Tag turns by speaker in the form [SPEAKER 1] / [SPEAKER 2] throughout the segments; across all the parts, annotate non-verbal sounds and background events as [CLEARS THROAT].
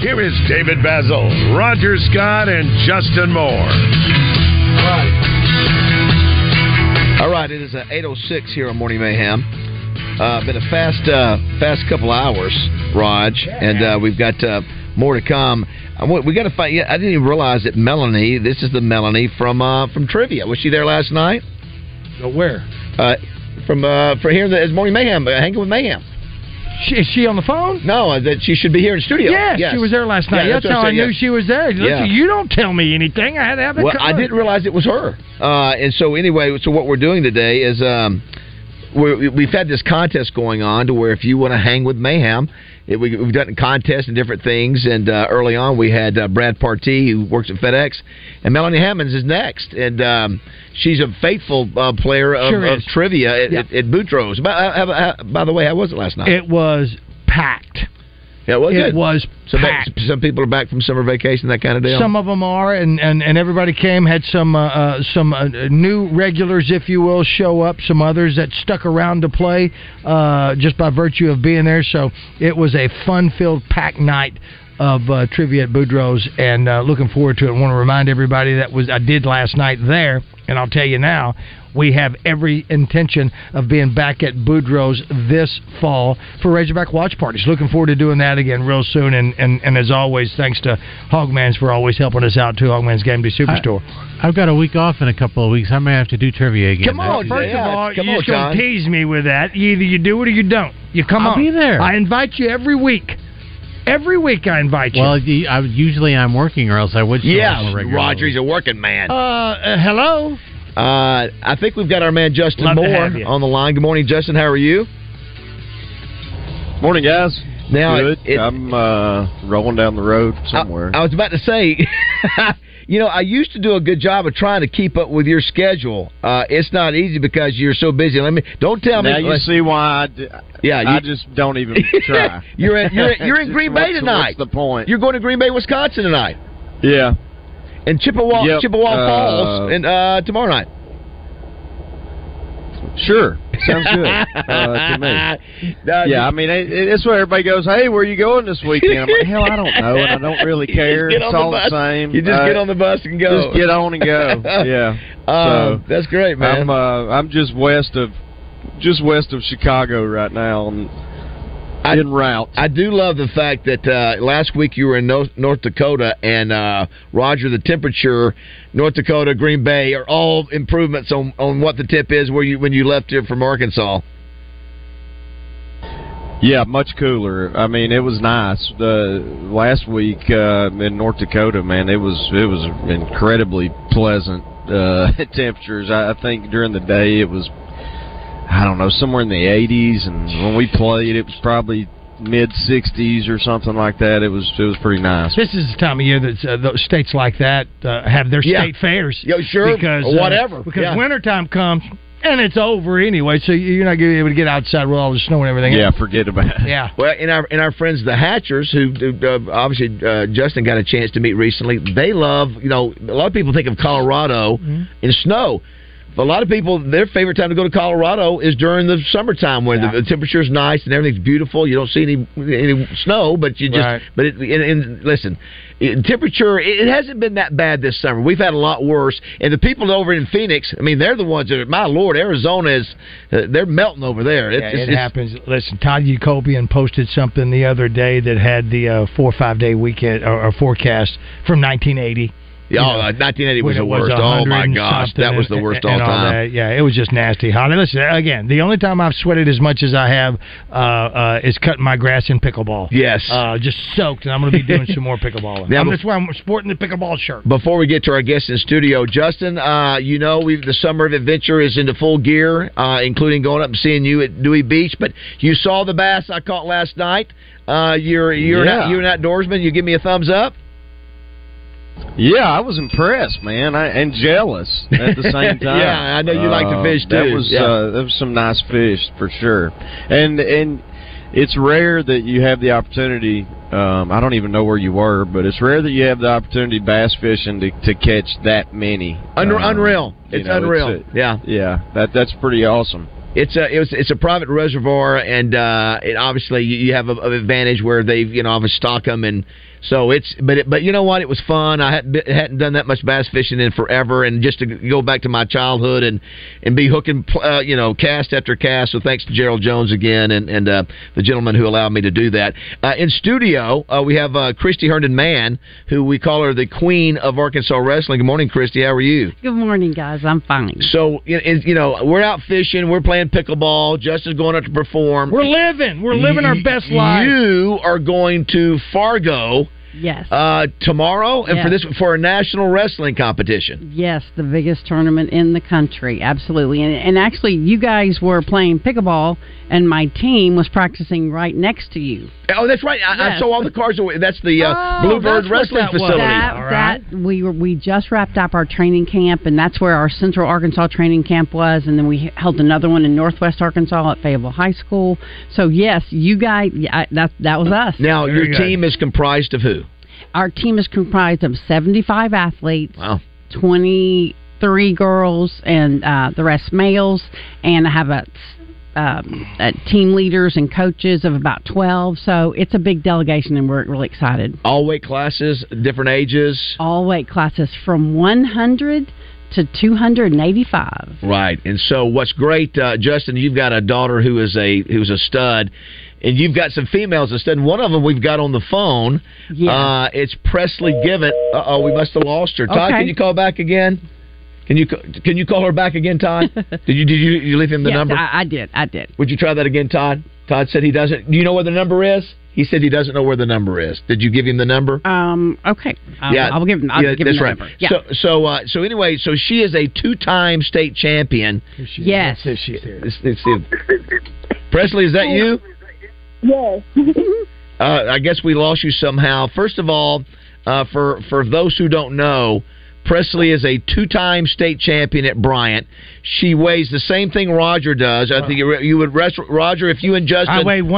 [SPEAKER 1] Here is David Basil, Roger Scott, and Justin Moore.
[SPEAKER 2] All right, it is uh, 8.06 here on Morning Mayhem. Uh, been a fast uh, fast couple hours, Raj, and uh, we've got uh, more to come. I want- we got to find. Yeah, I didn't even realize that Melanie. This is the Melanie from uh, from trivia. Was she there last night?
[SPEAKER 3] where?
[SPEAKER 2] Uh, from uh, from here as Morning Mayhem, uh, hanging with Mayhem.
[SPEAKER 3] She, is she on the phone?
[SPEAKER 2] No, uh, that she should be here in studio.
[SPEAKER 3] Yes, she was there last night.
[SPEAKER 2] Yeah,
[SPEAKER 3] that's
[SPEAKER 2] what I'm
[SPEAKER 3] how I
[SPEAKER 2] saying,
[SPEAKER 3] knew
[SPEAKER 2] yeah.
[SPEAKER 3] she was there. Look,
[SPEAKER 2] Yeah.
[SPEAKER 3] You don't tell me anything. I had to have that
[SPEAKER 2] Well, I
[SPEAKER 3] covered.
[SPEAKER 2] didn't realize it was her. Uh, and so anyway, so what we're doing today is um, we're, we've had this contest going on to where if you want to hang with Mayhem, it, we, we've done contests and different things. And uh, early on, we had uh, Brad Partee, who works at FedEx, and Melanie Hammonds is next, and um, she's a faithful uh, player of,
[SPEAKER 3] Sure
[SPEAKER 2] of
[SPEAKER 3] is.
[SPEAKER 2] trivia at,
[SPEAKER 3] Yeah.
[SPEAKER 2] at, at Boutros. By, uh, uh, uh, by the way, how was it last night?
[SPEAKER 3] It was packed.
[SPEAKER 2] yeah, it was.
[SPEAKER 3] it
[SPEAKER 2] good.
[SPEAKER 3] was
[SPEAKER 2] Some-
[SPEAKER 3] packed.
[SPEAKER 2] some people are back from summer vacation, that kind of deal.
[SPEAKER 3] Some of them are, and, and, and everybody came. Had some uh, uh, some uh, new regulars, if you will, show up. Some others that stuck around to play uh, just by virtue of being there. So it was a fun-filled, packed night of uh, trivia at Boudreaux's, and uh, looking forward to it. want to remind everybody that was I did last night there, and I'll tell you now. We have every intention of being back at Boudreaux's this fall for Razorback Watch Parties. Looking forward to doing that again real soon. And, and, and as always, thanks to Hogman's for always helping us out, too. Hogman's Game Day Superstore.
[SPEAKER 4] I've got a week off in a couple of weeks. I may have to do trivia again.
[SPEAKER 3] Come on, first of all,
[SPEAKER 4] come
[SPEAKER 3] you're
[SPEAKER 4] on,
[SPEAKER 3] just going
[SPEAKER 4] John.
[SPEAKER 3] to tease me with that. Either you do it or you don't. You come
[SPEAKER 4] I'll
[SPEAKER 3] on.
[SPEAKER 4] be there.
[SPEAKER 3] I invite you every week. Every week I invite you.
[SPEAKER 4] Well, the- I, usually I'm working, or else I would. show up more
[SPEAKER 2] yeah,
[SPEAKER 4] regularly.
[SPEAKER 2] Roger, he's a working man.
[SPEAKER 3] uh, uh, hello.
[SPEAKER 2] Uh, I think we've got our man Justin
[SPEAKER 4] Love to have
[SPEAKER 2] Moore
[SPEAKER 4] you.
[SPEAKER 2] on the line. Good morning, Justin. How are you?
[SPEAKER 5] Morning, guys.
[SPEAKER 2] Now,
[SPEAKER 5] Good.
[SPEAKER 2] it-
[SPEAKER 5] I'm uh, rolling down the road somewhere.
[SPEAKER 2] I was about to say, [LAUGHS] you know, I used to do a good job of trying to keep up with your schedule. Uh, it's not easy because you're so busy. Let me don't tell
[SPEAKER 5] now
[SPEAKER 2] me.
[SPEAKER 5] you see why I, d-
[SPEAKER 2] Yeah,
[SPEAKER 5] I
[SPEAKER 2] you-
[SPEAKER 5] just don't even
[SPEAKER 2] [LAUGHS]
[SPEAKER 5] try.
[SPEAKER 2] you're in you're,
[SPEAKER 5] [LAUGHS]
[SPEAKER 2] in- you're in Green Bay
[SPEAKER 5] What's the-
[SPEAKER 2] tonight.
[SPEAKER 5] What's the point?
[SPEAKER 2] You're going to Green Bay, Wisconsin tonight,
[SPEAKER 5] yeah.
[SPEAKER 2] and Chippewa
[SPEAKER 5] Yep,
[SPEAKER 2] Chippewa
[SPEAKER 5] uh,
[SPEAKER 2] Falls, and uh, tomorrow night.
[SPEAKER 5] Sure. Sounds good
[SPEAKER 2] [LAUGHS]
[SPEAKER 5] uh, to
[SPEAKER 2] me.
[SPEAKER 5] yeah, I mean, it, it- it's where everybody goes, hey, where are you going this weekend? I'm like, hell, I don't know, and I
[SPEAKER 2] [LAUGHS]
[SPEAKER 5] don't really
[SPEAKER 2] You just
[SPEAKER 5] care.
[SPEAKER 2] get
[SPEAKER 5] It's
[SPEAKER 2] on the
[SPEAKER 5] all the,
[SPEAKER 2] bus.
[SPEAKER 5] same.
[SPEAKER 2] You just
[SPEAKER 5] Uh,
[SPEAKER 2] get on the bus and go.
[SPEAKER 5] Just get on and
[SPEAKER 2] [LAUGHS]
[SPEAKER 5] go. Yeah.
[SPEAKER 2] Um,
[SPEAKER 5] So,
[SPEAKER 2] that's great, man.
[SPEAKER 5] I'm uh, I'm just west of just west of Chicago right now, and
[SPEAKER 2] I,
[SPEAKER 5] en route.
[SPEAKER 2] I do love the fact that uh, last week you were in North, North Dakota and uh, Roger, the temperature, North Dakota, Green Bay are all improvements on, on what the tip is where you when you left here from Arkansas.
[SPEAKER 5] Yeah, much cooler. I mean, it was nice. The last week uh, in North Dakota, man, it was it was incredibly pleasant uh, [LAUGHS] temperatures. I, I think during the day it was, I don't know, somewhere in the 80s, and when we played, it was probably mid 60s or something like that. It was it was pretty nice.
[SPEAKER 3] This is the time of year that uh, those states like that uh, have their
[SPEAKER 5] Yeah.
[SPEAKER 3] state fairs.
[SPEAKER 2] Yeah, sure,
[SPEAKER 3] Because uh,
[SPEAKER 2] or whatever.
[SPEAKER 3] Because
[SPEAKER 2] Yeah.
[SPEAKER 3] wintertime comes and it's over anyway, so you're not going to be able to get outside with all the snow and everything.
[SPEAKER 5] Yeah, forget about it.
[SPEAKER 3] Yeah.
[SPEAKER 2] Well, and our and our friends the Hatchers, who who, uh, obviously uh, Justin got a chance to meet recently, they love you know a lot of people think of Colorado
[SPEAKER 3] Mm-hmm.
[SPEAKER 2] in snow. A lot of people, their favorite time to go to Colorado is during the summertime when the, the temperature's nice and everything's beautiful. You don't see any any snow, but you just
[SPEAKER 3] Right.
[SPEAKER 2] but it, and, and listen, it, temperature it, it hasn't been that bad this summer. We've had a lot worse, and the people over in Phoenix, I mean, they're the ones that are, my lord, Arizona is uh, they're melting over there. It's-
[SPEAKER 3] Yeah,
[SPEAKER 2] it's-
[SPEAKER 3] it
[SPEAKER 2] it's-
[SPEAKER 3] happens. Listen, Todd Yacobian posted something the other day that had the uh, four or five day weekend or, or forecast from 1980.
[SPEAKER 2] Yeah,
[SPEAKER 3] You
[SPEAKER 2] oh,
[SPEAKER 3] know,
[SPEAKER 2] uh, 1980 was
[SPEAKER 3] when
[SPEAKER 2] the
[SPEAKER 3] it was
[SPEAKER 2] worst. Oh
[SPEAKER 3] 100
[SPEAKER 2] my
[SPEAKER 3] and
[SPEAKER 2] gosh,
[SPEAKER 3] something
[SPEAKER 2] that was
[SPEAKER 3] and-
[SPEAKER 2] the worst
[SPEAKER 3] and
[SPEAKER 2] all time.
[SPEAKER 3] that. Yeah, it was just nasty. Holly, listen again. The only time I've sweated as much as I have uh, uh, is cutting my grass in pickleball.
[SPEAKER 2] Yes.
[SPEAKER 3] uh, just soaked, and I'm going to be doing some
[SPEAKER 2] [LAUGHS]
[SPEAKER 3] more pickleballing.
[SPEAKER 2] Now,
[SPEAKER 3] Um,
[SPEAKER 2] bef-
[SPEAKER 3] that's why I'm sporting the pickleball shirt.
[SPEAKER 2] Before we get to our guest in studio, Justin, uh, you know we've, the summer of adventure is into full gear, uh, including going up and seeing you at Dewey Beach. But you saw the bass I caught last night. Uh, you're you're an out-
[SPEAKER 5] Yeah.
[SPEAKER 2] you're an outdoorsman. You give me a thumbs up.
[SPEAKER 5] Yeah, I was impressed, man, I, and jealous at the
[SPEAKER 2] [LAUGHS]
[SPEAKER 5] same time.
[SPEAKER 2] Yeah, I know you like to
[SPEAKER 5] Uh,
[SPEAKER 2] fish,
[SPEAKER 5] That
[SPEAKER 2] too.
[SPEAKER 5] was
[SPEAKER 2] Yeah.
[SPEAKER 5] uh, that was some nice fish for sure, and and it's rare that you have the opportunity. Um, I don't even know where you were, but it's rare that you have the opportunity bass fishing to, to catch that many.
[SPEAKER 2] Un-
[SPEAKER 3] Uh,
[SPEAKER 5] Um,
[SPEAKER 2] unreal.
[SPEAKER 5] you
[SPEAKER 2] It's
[SPEAKER 5] know,
[SPEAKER 2] unreal.
[SPEAKER 5] a-
[SPEAKER 2] yeah,
[SPEAKER 5] yeah, that that's pretty awesome.
[SPEAKER 2] It's a it was, it's a private reservoir, and uh, it obviously you you have a- an advantage where they've you know obviously stock them, and so it's but it, but you know what? It was fun. I hadn't, been- hadn't done that much bass fishing in forever, and just to go back to my childhood and and be hooking pl- uh, you know cast after cast. So thanks to Gerald Jones again, and and uh, the gentleman who allowed me to do that. Uh, in studio, uh, we have uh, Christy Herndon Mann, who we call her the Queen of Arkansas Wrestling. Good morning, Christy. How are you?
[SPEAKER 6] [LAUGHS] Good morning, guys. I'm fine.
[SPEAKER 2] So you- is- you know we're out fishing, we're playing pickleball. Justin's going out to perform.
[SPEAKER 3] We're living. We're living our best life.
[SPEAKER 2] You are going to Fargo
[SPEAKER 6] Yes.
[SPEAKER 2] uh, tomorrow, and for
[SPEAKER 6] Yes.
[SPEAKER 2] this for a national wrestling competition.
[SPEAKER 6] Yes, the biggest tournament in the country. Absolutely. And, and actually, you guys were playing pickleball, and my team was practicing right next to you.
[SPEAKER 2] Oh, that's right. I, I
[SPEAKER 6] Yes.
[SPEAKER 2] saw all the cars. away. That's the uh,
[SPEAKER 6] Oh,
[SPEAKER 2] Bluebird
[SPEAKER 6] that's what
[SPEAKER 2] Wrestling
[SPEAKER 6] that was.
[SPEAKER 2] Facility.
[SPEAKER 6] That, that- we were, we just wrapped up our training camp, and that's where our Central Arkansas training camp was, and then we held another one in Northwest Arkansas at Fayetteville High School. So yes, you guys, yeah, I- that that was us.
[SPEAKER 2] Now your team is comprised of who?
[SPEAKER 6] Our team is comprised of seventy-five athletes.
[SPEAKER 2] Wow.
[SPEAKER 6] 23 girls and uh, the rest males, and I have a, um, uh team leaders and coaches of about 12. So it's a big delegation, and we're really excited.
[SPEAKER 2] All weight classes, different ages.
[SPEAKER 6] All weight classes from 100 to 285.
[SPEAKER 2] Right. And so what's great, uh, Justin, you've got a daughter who is a who's a stud, and you've got some females a stud. And one of them we've got on the phone.
[SPEAKER 6] Yeah.
[SPEAKER 2] Uh, it's Presley Givett. Uh oh, we must have lost her. Todd,
[SPEAKER 6] Okay.
[SPEAKER 2] can you call back again? Can you ca- can you call her back again,
[SPEAKER 6] [LAUGHS]
[SPEAKER 2] Todd? did you did you, you leave him the
[SPEAKER 6] Yes,
[SPEAKER 2] number?
[SPEAKER 6] I, I did. I did.
[SPEAKER 2] Would you try that again, Todd? Todd said he doesn't. Do you know where the number is? He said he doesn't know where the number is. Did you give him the number?
[SPEAKER 6] Um. Okay. I'll, I'll give him. I'll
[SPEAKER 2] yeah,
[SPEAKER 6] give
[SPEAKER 2] that's
[SPEAKER 6] him the
[SPEAKER 2] right.
[SPEAKER 6] number. Yeah.
[SPEAKER 2] So, so, uh, so anyway, so she is a two-time state champion.
[SPEAKER 6] yes.
[SPEAKER 2] It's, it's, it- Presley, is that
[SPEAKER 6] Oh.
[SPEAKER 2] you?
[SPEAKER 7] Yes.
[SPEAKER 2] Uh, I guess we lost you somehow. First of all, uh, for for those who don't know, Presley is a two-time state champion at Bryant. She weighs the same thing Roger does. I think you, you would rest Roger if you and Justin.
[SPEAKER 3] I weigh 156.0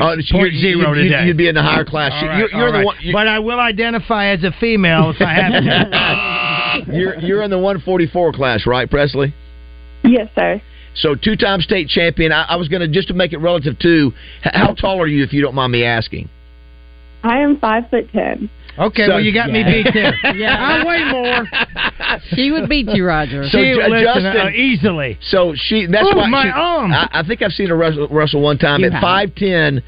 [SPEAKER 2] Oh, so you're- you'd- you'd-
[SPEAKER 3] today.
[SPEAKER 2] you'd be in the higher class.
[SPEAKER 3] All right,
[SPEAKER 2] You're- you're
[SPEAKER 3] all
[SPEAKER 2] the
[SPEAKER 3] right.
[SPEAKER 2] one-
[SPEAKER 3] but I will identify as a female if I have
[SPEAKER 2] [LAUGHS] you're you're in the 144 class, right, Presley?
[SPEAKER 7] Yes, sir.
[SPEAKER 2] So two-time state champion. I, I was going to just to make it relative to h- how tall are you, if you don't mind me asking?
[SPEAKER 7] I am five foot ten.
[SPEAKER 3] Okay,
[SPEAKER 2] So-
[SPEAKER 3] well, you
[SPEAKER 2] [LAUGHS]
[SPEAKER 3] got me
[SPEAKER 2] Yeah.
[SPEAKER 3] beat there.
[SPEAKER 6] Yeah.
[SPEAKER 3] I weigh more.
[SPEAKER 6] [LAUGHS] She would beat
[SPEAKER 2] [LAUGHS]
[SPEAKER 6] you, Roger.
[SPEAKER 2] So, Ju-
[SPEAKER 3] listen,
[SPEAKER 2] Justin-
[SPEAKER 3] uh, easily.
[SPEAKER 2] So she that's
[SPEAKER 3] Ooh,
[SPEAKER 2] why
[SPEAKER 3] my
[SPEAKER 2] she,
[SPEAKER 3] arm.
[SPEAKER 2] I, I think I've seen her wrestle, wrestle one time
[SPEAKER 6] You
[SPEAKER 2] at
[SPEAKER 6] have.
[SPEAKER 2] 5'10",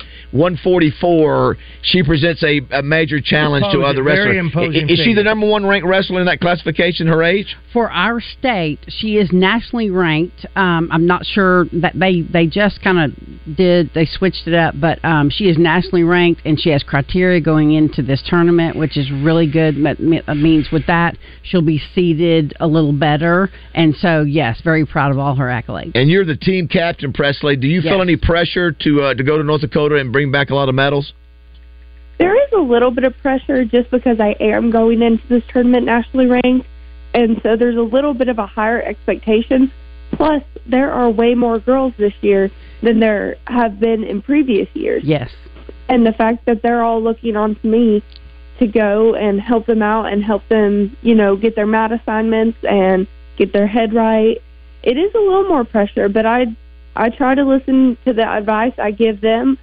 [SPEAKER 2] 144. She presents a, a major challenge to
[SPEAKER 3] Imposing,
[SPEAKER 2] other wrestlers.
[SPEAKER 3] very imposing
[SPEAKER 2] I- Is, she
[SPEAKER 3] figure.
[SPEAKER 2] the number one ranked wrestler in that classification? Her age?
[SPEAKER 6] for our state, she is nationally ranked. Um, I'm not sure that they they just kind of did they switched it up, but um, she is nationally ranked, and she has criteria going into this tournament, which is really good. But me- uh, means with that, she'll be seeded a little better, and so yes, very proud of all her accolades.
[SPEAKER 2] And you're the team captain, Presley. Do you feel
[SPEAKER 6] Yes.
[SPEAKER 2] any pressure to uh, to go to North Dakota and bring back a lot of medals?
[SPEAKER 7] There is a little bit of pressure just because I am going into this tournament nationally ranked, and so there's a little bit of a higher expectation. Plus, there are way more girls this year than there have been in previous years,
[SPEAKER 6] Yes,
[SPEAKER 7] and the fact that they're all looking on to me to go and help them out and help them, you know, get their mat assignments and get their head right. It is a little more pressure, but I I try to listen to the advice I give them.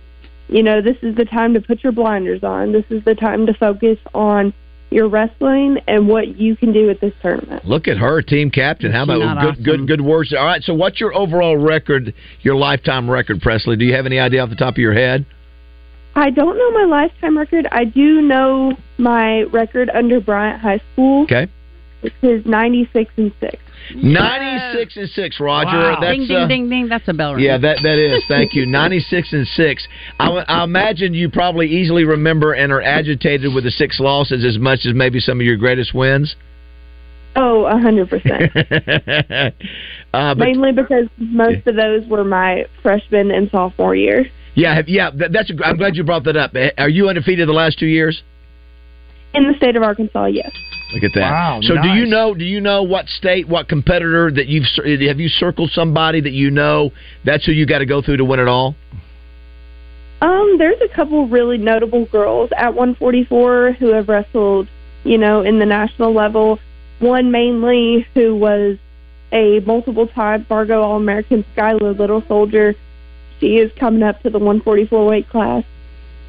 [SPEAKER 7] You know, this is the time to put your blinders on. This is the time to focus on your wrestling and what you can do at this tournament.
[SPEAKER 2] Look at her, team captain. How
[SPEAKER 6] Isn't
[SPEAKER 2] about
[SPEAKER 6] that
[SPEAKER 2] good,
[SPEAKER 6] awesome?
[SPEAKER 2] good, good words? All right. So, what's your overall record, your lifetime record, Presley? Do you have any idea off the top of your head?
[SPEAKER 7] I don't know my lifetime record. I do know my record under Bryant High School,
[SPEAKER 2] Okay,
[SPEAKER 7] which is 96 and 6.
[SPEAKER 2] ninety-six and six, Roger.
[SPEAKER 3] Wow.
[SPEAKER 2] That's
[SPEAKER 6] ding
[SPEAKER 2] uh,
[SPEAKER 6] ding ding ding. That's a bell ring.
[SPEAKER 2] Yeah, that that is. Thank you. Ninety six and six. I, w- I imagine you probably easily remember and are agitated with the six losses as much as maybe some of your greatest wins.
[SPEAKER 7] Oh, a 100%.
[SPEAKER 2] [LAUGHS] uh, but
[SPEAKER 7] Mainly because most of those were my freshman and sophomore year.
[SPEAKER 2] yeah, have, yeah. That, that's. A, I'm glad you brought that up. Eh, Are you undefeated the last two years?
[SPEAKER 7] In the state of Arkansas, yes.
[SPEAKER 2] Look at that.
[SPEAKER 3] Wow,
[SPEAKER 2] So do you
[SPEAKER 3] nice.
[SPEAKER 2] know? Do you know what state, what competitor that you've cir- have you circled somebody that you know that's who you got to go through to win it all?
[SPEAKER 7] Um, there's a couple really notable girls at 144 who have wrestled, you know, in the national level. One mainly who was a multiple time Fargo All American Skylar Little Soldier. She is coming up to the 144 weight class.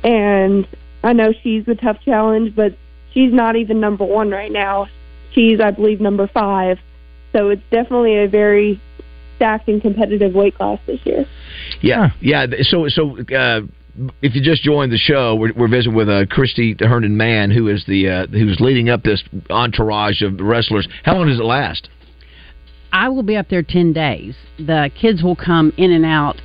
[SPEAKER 7] And I know she's a tough challenge, but she's not even number one right now. She's, I believe, number five. So it's definitely a very stacked and competitive weight class this year.
[SPEAKER 2] Yeah, yeah. th- So, so uh, if you just joined the show, we're, we're visiting with uh, Christy Herndon Mann, who is the uh, who's leading up this entourage of wrestlers. How long does it last?
[SPEAKER 6] I will be up there 10 days. The kids will come in and out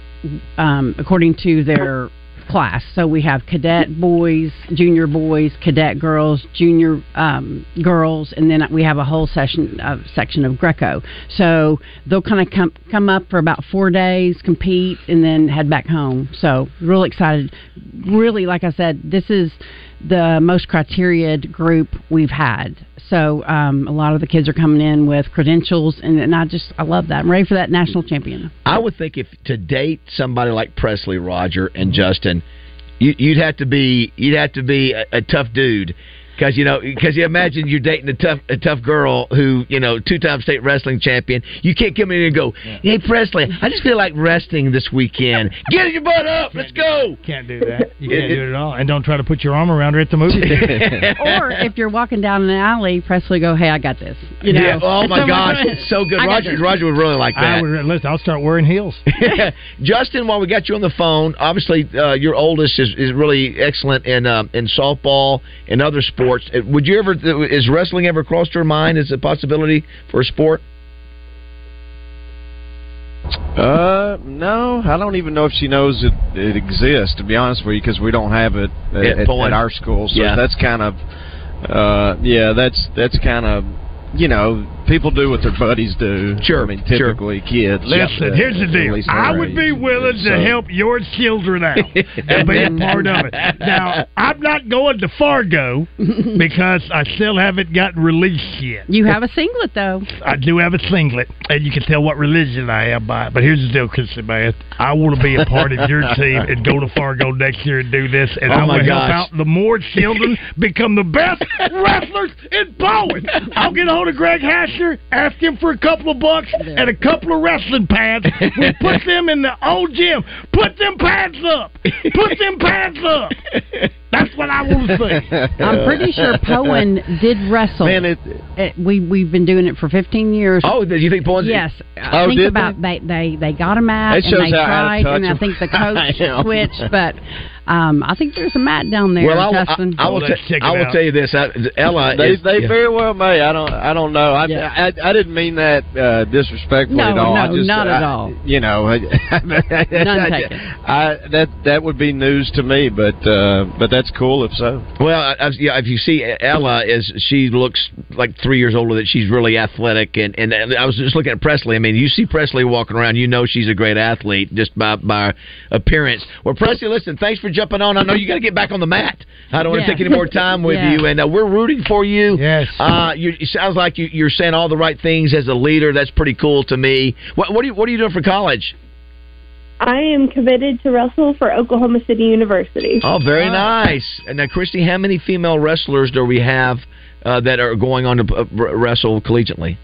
[SPEAKER 6] um, according to their class. So we have cadet boys, junior boys, cadet girls, junior um, girls, and then we have a whole session of section of Greco. So they'll kind of come come up for about four days, compete, and then head back home. So real excited. Really, like I said, this is the most criteriaed group we've had. So um, a lot of the kids are coming in with credentials, and, and I just I love that. I'm ready for that national champion.
[SPEAKER 2] I would think if to date somebody like Presley, Roger, and Justin, you, you'd have to be you'd have to be a, a tough dude. Because you know, because you imagine you're dating a tough a tough girl who you know two time state wrestling champion. You can't come in and go, hey Presley, I just feel like resting this weekend. Get your butt up, let's go.
[SPEAKER 3] Can't do that. You can't do it at all. And don't try to put your arm around her at
[SPEAKER 2] [LAUGHS]
[SPEAKER 3] the movie.
[SPEAKER 6] [LAUGHS] or if you're walking down an alley, Presley go, "Hey, I got this." You know?
[SPEAKER 2] Yeah, oh my
[SPEAKER 6] Someone-
[SPEAKER 2] gosh, it's so good.
[SPEAKER 6] I got
[SPEAKER 2] Roger,
[SPEAKER 6] this.
[SPEAKER 2] Roger would really like that.
[SPEAKER 3] I would, listen, I'll start wearing heels.
[SPEAKER 2] [LAUGHS] Justin, while we got you on the phone, obviously uh, your oldest is, is really excellent in um, in softball and other sports. Uh, Would you ever is wrestling ever crossed your mind as a possibility for a sport?
[SPEAKER 5] Uh, no, I don't even know if she knows it, it exists. To be honest with you, because we don't have it at,
[SPEAKER 2] Yeah,
[SPEAKER 5] at,
[SPEAKER 2] Bowen.
[SPEAKER 5] at our school, so
[SPEAKER 2] Yeah.
[SPEAKER 5] that's kind of, uh, yeah, that's that's kind of, you know, people do what their buddies do. Sure, I mean, typically kids.
[SPEAKER 1] Listen,
[SPEAKER 5] uh,
[SPEAKER 1] here's the
[SPEAKER 5] at
[SPEAKER 1] deal.
[SPEAKER 5] least
[SPEAKER 1] I
[SPEAKER 5] our
[SPEAKER 1] would
[SPEAKER 5] age.
[SPEAKER 1] be willing to
[SPEAKER 5] So-
[SPEAKER 1] help your children out and
[SPEAKER 2] [LAUGHS]
[SPEAKER 1] be a part of it. Now, I'm not going to Fargo because I still haven't gotten released yet.
[SPEAKER 6] You have a singlet though.
[SPEAKER 1] I do have a singlet, and you can tell what religion I am by. it. But here's the deal, Christy Man. I want to be a part of your team and go to Fargo next year and do this, and
[SPEAKER 8] Oh
[SPEAKER 1] I
[SPEAKER 8] my
[SPEAKER 1] will
[SPEAKER 8] gosh.
[SPEAKER 1] help out the more children become the best wrestlers in Bowen. I'll get a hold of Greg Hasher, ask him for a couple of bucks and a couple of wrestling pads. We put them in the old gym. Put them pads up. Put them pads
[SPEAKER 5] [LAUGHS]
[SPEAKER 1] up. That's what I want to
[SPEAKER 2] [LAUGHS]
[SPEAKER 1] see.
[SPEAKER 6] I'm pretty sure Poen did wrestle. Man,
[SPEAKER 5] it,
[SPEAKER 6] we we've been doing it for 15 years.
[SPEAKER 2] Oh, did you think Poen?
[SPEAKER 6] Yes.
[SPEAKER 2] Oh,
[SPEAKER 6] I think
[SPEAKER 2] did
[SPEAKER 6] about they? they they got him out
[SPEAKER 2] That
[SPEAKER 6] and
[SPEAKER 2] shows
[SPEAKER 6] they
[SPEAKER 2] how out of
[SPEAKER 6] tried, and I
[SPEAKER 2] touch
[SPEAKER 6] think the
[SPEAKER 2] [LAUGHS] I am.
[SPEAKER 6] coach switched. But um, I think there's a mat down there,
[SPEAKER 2] well, I, will-
[SPEAKER 6] Justin.
[SPEAKER 2] I, I will. te- I will tell you this, I, Ella.
[SPEAKER 5] They,
[SPEAKER 2] is,
[SPEAKER 5] they
[SPEAKER 2] yeah.
[SPEAKER 5] very well may. I don't. I don't know. I, I, I didn't mean that uh, disrespectfully
[SPEAKER 6] No,
[SPEAKER 5] at all. I
[SPEAKER 6] no,
[SPEAKER 5] just,
[SPEAKER 6] not at
[SPEAKER 5] I-
[SPEAKER 6] all.
[SPEAKER 5] You know, [LAUGHS] I,
[SPEAKER 6] None taken.
[SPEAKER 5] I, that that would be news to me, but uh, but that's cool if so.
[SPEAKER 2] Well, I, I, yeah, if you see Ella, is she looks like three years older. That she's really athletic, and, and and I was just looking at Presley. I mean, you see Presley walking around, you know she's a great athlete just by by appearance. Well, Presley, listen, thanks for jumping on. I know you got to get back on the mat. I don't want
[SPEAKER 9] Yeah.
[SPEAKER 2] to take any more time with
[SPEAKER 9] [LAUGHS] Yeah.
[SPEAKER 2] you, and uh, we're rooting for you. Yes. Uh, you, it sounds like you, you're saying all the right things as a leader. That's pretty cool to me. What what are you what are you doing for college?
[SPEAKER 7] I am committed to wrestle for Oklahoma City University.
[SPEAKER 2] Oh, very nice. And now, Christy, how many female wrestlers do we have uh, that are going on to uh, r- wrestle collegiately?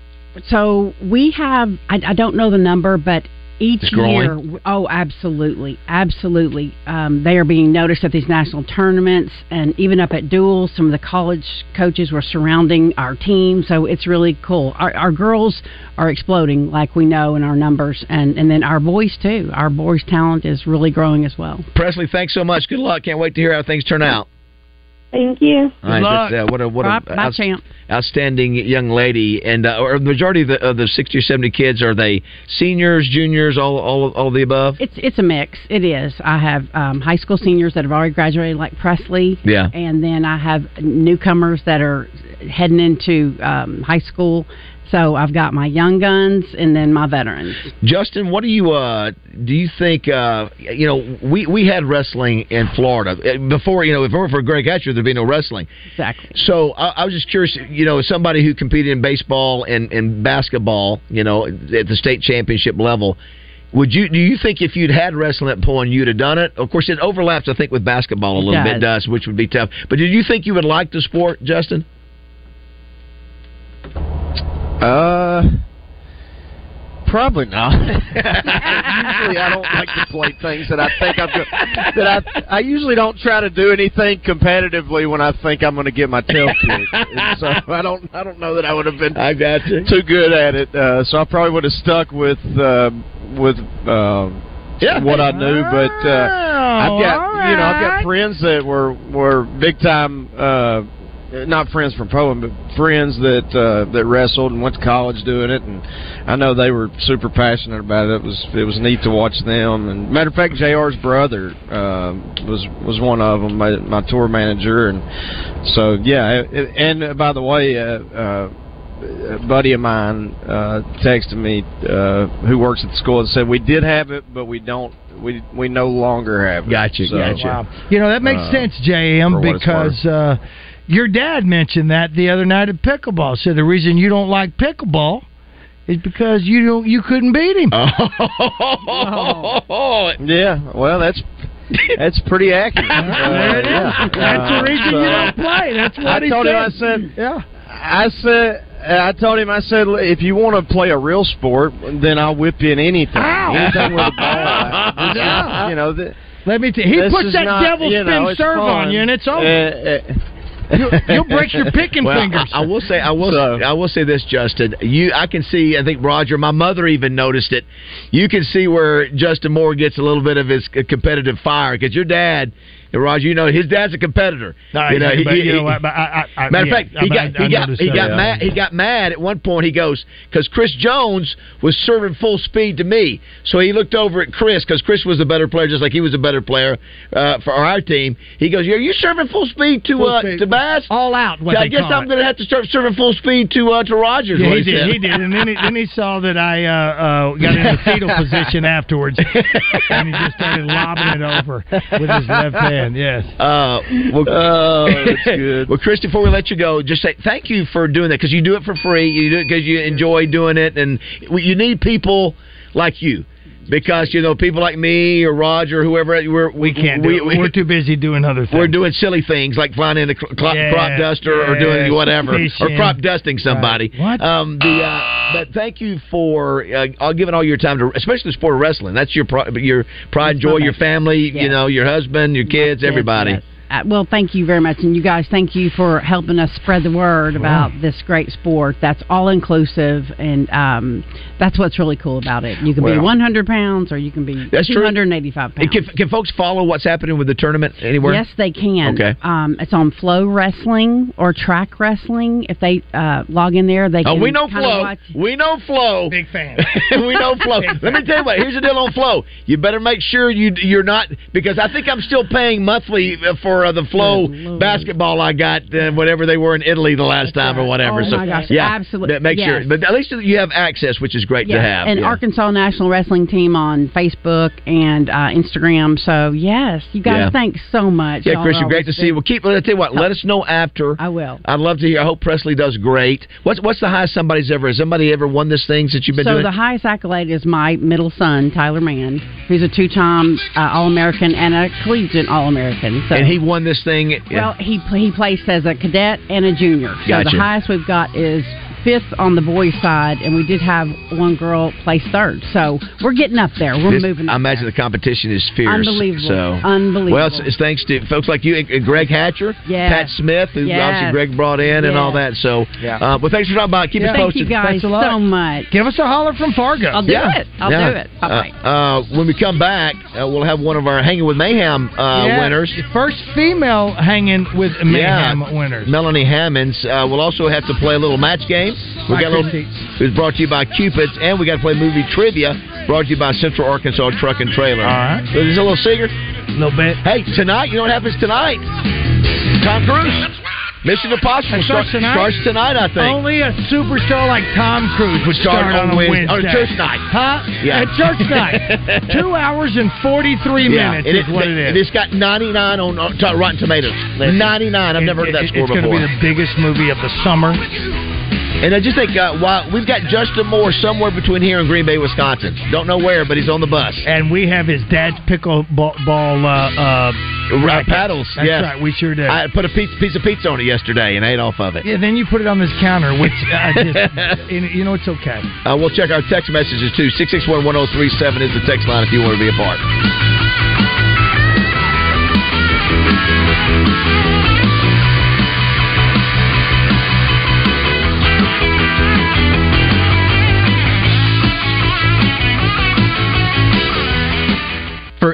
[SPEAKER 6] So we have, I, I don't know the number, but each
[SPEAKER 2] It's
[SPEAKER 6] year,
[SPEAKER 2] growing.
[SPEAKER 6] oh, absolutely, absolutely. Um, they are being noticed at these national tournaments and even up at duels. Some of the college coaches were surrounding our team, so it's really cool. Our, our girls are exploding, like we know in our numbers, and, and then our boys, too. Our boys' talent is really growing as well.
[SPEAKER 2] Presley, thanks so much. Good luck. Can't wait to hear how things turn out.
[SPEAKER 7] Thank you.
[SPEAKER 2] All right, that's, uh, what a what a
[SPEAKER 6] Bye- bye,
[SPEAKER 2] outs-
[SPEAKER 6] champ.
[SPEAKER 2] outstanding young lady, and uh, or the majority of the, of the sixty or seventy kids are they seniors, juniors, all all all of the above.
[SPEAKER 6] It's it's a mix. It is. I have um, high school seniors that have already graduated, like Presley.
[SPEAKER 2] Yeah.
[SPEAKER 6] And then I have newcomers that are heading into um, high school. So I've got my young guns and then my veterans.
[SPEAKER 2] Justin, what do you uh, do you think uh, you know we we had wrestling in Florida Uh, before? You know, if it weren't for Greg Hatcher, there'd be no wrestling.
[SPEAKER 6] Exactly.
[SPEAKER 2] So I, I was just curious. You know, as somebody who competed in baseball and, and basketball, you know, at the state championship level. Would you do you think if you'd had wrestling at Pullen, you'd have done it? Of course, it overlaps, I think, with basketball a
[SPEAKER 6] It
[SPEAKER 2] little bit,
[SPEAKER 6] does.
[SPEAKER 2] does, which would be tough. But did you think you would like the sport, Justin?
[SPEAKER 5] Uh, probably not. [LAUGHS] usually, I don't like to play things that I think I'm go- that I I usually don't try to do anything competitively when I think I'm going to get my
[SPEAKER 2] [LAUGHS]
[SPEAKER 5] tail kicked. And so
[SPEAKER 6] [LAUGHS]
[SPEAKER 5] I don't uh, I don't know that I would have been
[SPEAKER 2] I got you.
[SPEAKER 5] too good at it. Uh, so I probably would have stuck with uh, with uh, what I knew, but.
[SPEAKER 3] Oh,
[SPEAKER 5] Uh, I've got you know I've got friends that were were big time uh not friends from Poland, but friends that uh, that wrestled and went to college doing it, and I know they were super passionate about it. It was it was neat to watch them. And matter of fact, Jr's brother uh, was was one of them, my, my tour manager, and so yeah. It, it- and uh, by the way, uh, uh, a buddy of mine uh, texted me uh, who works at the school and said we did have it, but we don't. We we no longer have it. Gotcha,
[SPEAKER 3] You know, that makes
[SPEAKER 5] Uh,
[SPEAKER 3] sense,
[SPEAKER 5] for
[SPEAKER 3] JM,
[SPEAKER 5] what it's
[SPEAKER 3] because uh, your dad mentioned that the other night at pickleball. Said the reason you don't like pickleball is because you don't you couldn't beat
[SPEAKER 2] [LAUGHS]
[SPEAKER 3] him.
[SPEAKER 2] Oh.
[SPEAKER 5] Yeah, well, that's
[SPEAKER 3] [LAUGHS]
[SPEAKER 5] that's pretty accurate. [LAUGHS] Uh,
[SPEAKER 3] There it is. That's the reason you don't play. That's what
[SPEAKER 5] I
[SPEAKER 3] he
[SPEAKER 5] told him. I
[SPEAKER 3] said.
[SPEAKER 5] said. Yeah. I said. I told him. I said, if you want to play a real sport, then I'll whip you in anything. Anything with a ball. This is- You know. The,
[SPEAKER 3] [LAUGHS] Let me tell you, he
[SPEAKER 5] this
[SPEAKER 3] puts
[SPEAKER 5] is
[SPEAKER 3] that
[SPEAKER 5] not,
[SPEAKER 3] devil
[SPEAKER 5] you know,
[SPEAKER 3] spin
[SPEAKER 5] it's
[SPEAKER 3] serve
[SPEAKER 5] fun.
[SPEAKER 3] on you, and it's over.
[SPEAKER 5] Uh, uh,
[SPEAKER 3] You'll, you'll break your picking
[SPEAKER 2] Eh, [LAUGHS] Well,
[SPEAKER 3] fingers.
[SPEAKER 2] I, I will say, I will, I will say this, Justin. You, I can see. I think Roger, my mother even noticed it. You can see where Justin Moore gets a little bit of his competitive fire because your dad, and Roger, you know, his dad's a competitor.
[SPEAKER 3] No,
[SPEAKER 2] you know,
[SPEAKER 3] but
[SPEAKER 2] he-
[SPEAKER 3] you know
[SPEAKER 2] he-
[SPEAKER 3] what, but I- I- I-
[SPEAKER 2] Matter
[SPEAKER 3] yeah,
[SPEAKER 2] of fact, he
[SPEAKER 3] I-
[SPEAKER 2] got
[SPEAKER 3] I- I
[SPEAKER 2] he got
[SPEAKER 3] noticed
[SPEAKER 2] he
[SPEAKER 3] that.
[SPEAKER 2] got
[SPEAKER 3] Yeah.
[SPEAKER 2] mad. He got mad at one point. He goes because Chris Jones was serving full speed to me, so he looked over at Chris because Chris was a better player, just like he was a better player uh, for our team. He goes, "Are you serving full speed to
[SPEAKER 3] Full
[SPEAKER 2] uh,
[SPEAKER 3] speed.
[SPEAKER 2] to Bass?
[SPEAKER 3] All out. what
[SPEAKER 2] I
[SPEAKER 3] they
[SPEAKER 2] guess
[SPEAKER 3] call
[SPEAKER 2] I'm
[SPEAKER 3] it.
[SPEAKER 2] going to have to start serving full speed to uh, to Rogers."
[SPEAKER 3] Yeah,
[SPEAKER 2] what
[SPEAKER 3] he did.
[SPEAKER 2] said.
[SPEAKER 3] He did, and then he, then he saw that I uh, uh, got in the
[SPEAKER 2] [LAUGHS]
[SPEAKER 3] fetal position afterwards, and he just started lobbing it over with
[SPEAKER 5] [LAUGHS]
[SPEAKER 3] his left hand. Yes.
[SPEAKER 2] Uh, well,
[SPEAKER 3] Oh,
[SPEAKER 2] [LAUGHS]
[SPEAKER 3] that's
[SPEAKER 2] good. well, Chris, before we let you go, just say thank you for doing that because you do it for free. You do it because you enjoy doing it, and we- you need people like you because you know people like me or Roger, or whoever we're, we
[SPEAKER 3] Can't do
[SPEAKER 2] we,
[SPEAKER 3] it. We're too busy doing other things.
[SPEAKER 2] are doing silly things like flying in a cl- cl-
[SPEAKER 3] Yeah,
[SPEAKER 2] [LAUGHS] crop duster or doing
[SPEAKER 3] yeah,
[SPEAKER 2] whatever or
[SPEAKER 3] fishing.
[SPEAKER 2] crop dusting somebody. What? Um, the uh, but thank you for uh, all- giving all your time to especially the sport of wrestling. That's your pri- your pride, joy, your family, you know, your husband, your kids, everybody.
[SPEAKER 6] Uh, well, thank you very much, and you guys, thank you for helping us spread the word about this great sport. That's all inclusive, and um, that's what's really cool about it. You can be
[SPEAKER 2] Well.
[SPEAKER 6] 100 pounds, or you can be
[SPEAKER 2] That's true.
[SPEAKER 6] 285 pounds.
[SPEAKER 2] Hey, Can, can folks follow what's happening with the tournament anywhere?
[SPEAKER 6] Yes, they can.
[SPEAKER 2] Okay.
[SPEAKER 6] Um, it's on Flow Wrestling or Track Wrestling. If they uh, log in there, they
[SPEAKER 2] Oh,
[SPEAKER 6] can
[SPEAKER 2] we know
[SPEAKER 6] kinda
[SPEAKER 2] Flo.
[SPEAKER 6] watch-
[SPEAKER 2] We [LAUGHS] know Flo. Big
[SPEAKER 3] fan.
[SPEAKER 5] [LAUGHS]
[SPEAKER 2] we know Flo. Let me tell you what. Here's the deal on Flo. You better make sure you you're not because I think I'm still paying monthly for uh, the Flo basketball I got uh, whatever they were in Italy the last time or whatever.
[SPEAKER 6] Oh,
[SPEAKER 2] so
[SPEAKER 6] my gosh.
[SPEAKER 2] yeah,
[SPEAKER 6] Absolutely.
[SPEAKER 2] but Make sure,
[SPEAKER 6] Yes.
[SPEAKER 2] but at least you have access, which is great to
[SPEAKER 6] Yes,
[SPEAKER 2] have.
[SPEAKER 6] and
[SPEAKER 2] yeah.
[SPEAKER 6] Arkansas National Wrestling Team on Facebook and uh, Instagram. So yes, you guys,
[SPEAKER 2] Yeah.
[SPEAKER 6] thanks so much.
[SPEAKER 2] yeah,
[SPEAKER 6] Y'all
[SPEAKER 2] Chris,
[SPEAKER 6] are
[SPEAKER 2] you're great to
[SPEAKER 6] always
[SPEAKER 2] see you. Well, keep. I tell you what. Let us know after.
[SPEAKER 6] I will.
[SPEAKER 2] I'd love to hear. I hope Presley does great. What's what's the highest somebody's ever? Has somebody ever won this thing since you've been
[SPEAKER 6] so
[SPEAKER 2] doing?
[SPEAKER 6] the highest accolade is my middle son, Tyler Mann, who's a two-time uh, All-American and a collegiate All-American. So
[SPEAKER 2] and he won this thing.
[SPEAKER 6] well, he pl- he placed as a cadet and a junior. So
[SPEAKER 2] Gotcha.
[SPEAKER 6] the highest we've got is fifth on the boys' side, and we did have one girl place third. So we're getting up there. We're
[SPEAKER 2] This-
[SPEAKER 6] moving.
[SPEAKER 2] I imagine the competition is fierce.
[SPEAKER 6] Unbelievable.
[SPEAKER 2] So.
[SPEAKER 6] Unbelievable.
[SPEAKER 2] Well, it's, it's thanks to folks like you, and- and Greg Hatcher,
[SPEAKER 6] Yes.
[SPEAKER 2] Pat Smith, who
[SPEAKER 6] Yes.
[SPEAKER 2] obviously Greg brought in, and all that. So, uh, well, thanks for stopping by. Keep us
[SPEAKER 6] Thank you
[SPEAKER 2] posted.
[SPEAKER 6] guys so much.
[SPEAKER 3] Give us a holler from Fargo.
[SPEAKER 6] I'll do
[SPEAKER 2] Yeah.
[SPEAKER 6] it. I'll
[SPEAKER 2] Yeah.
[SPEAKER 6] do it.
[SPEAKER 2] Uh, uh, when we come back, uh, we'll have one of our Hanging with Mayhem uh,
[SPEAKER 3] Yeah.
[SPEAKER 2] winners.
[SPEAKER 3] First female hanging with Mayhem winners.
[SPEAKER 2] Melanie Hammonds. Uh, we'll also have to play a little match game. We
[SPEAKER 3] By
[SPEAKER 2] got a little.
[SPEAKER 3] Christie.
[SPEAKER 2] It was brought to you by Cupids, and we got to play movie trivia. Brought to you by Central Arkansas Truck and Trailer. All right. So there's a little secret. A
[SPEAKER 3] little bit.
[SPEAKER 2] Hey, tonight, you know what happens tonight? Tom Cruise. Mission Impossible
[SPEAKER 3] It
[SPEAKER 2] start-
[SPEAKER 3] starts tonight?
[SPEAKER 2] starts tonight, I think.
[SPEAKER 3] Only a superstar like Tom Cruise would
[SPEAKER 2] Start
[SPEAKER 3] start,
[SPEAKER 2] on
[SPEAKER 3] on, a
[SPEAKER 2] Wed-
[SPEAKER 3] Wednesday.
[SPEAKER 2] on a church night.
[SPEAKER 3] Huh?
[SPEAKER 2] Yeah.
[SPEAKER 3] At
[SPEAKER 2] [LAUGHS]
[SPEAKER 3] church night. Two hours and 43
[SPEAKER 2] Yeah,
[SPEAKER 3] minutes
[SPEAKER 2] and
[SPEAKER 3] is
[SPEAKER 2] it-
[SPEAKER 3] what it is.
[SPEAKER 2] and it's got 99 on uh, to- Rotten Tomatoes. 99. I've never heard of that
[SPEAKER 3] It-
[SPEAKER 2] score
[SPEAKER 3] it's
[SPEAKER 2] before.
[SPEAKER 3] going to be the biggest movie of the summer.
[SPEAKER 2] And I just think uh, while we've got Justin Moore somewhere between here and Green Bay, Wisconsin. Don't know where, but he's on the bus.
[SPEAKER 3] And we have his dad's pickleball ball, uh, uh,
[SPEAKER 2] Right,
[SPEAKER 3] racket.
[SPEAKER 2] paddles.
[SPEAKER 3] That's
[SPEAKER 2] yes.
[SPEAKER 3] right. We sure did.
[SPEAKER 2] I put a piece, piece of pizza on it yesterday and ate off of it.
[SPEAKER 3] yeah, then you put it on this counter, which I
[SPEAKER 2] [LAUGHS]
[SPEAKER 3] just, you know- you know, it's okay.
[SPEAKER 2] Uh, we'll check our text messages too. 661 1037 is the text line if you want to be a part.
[SPEAKER 9] For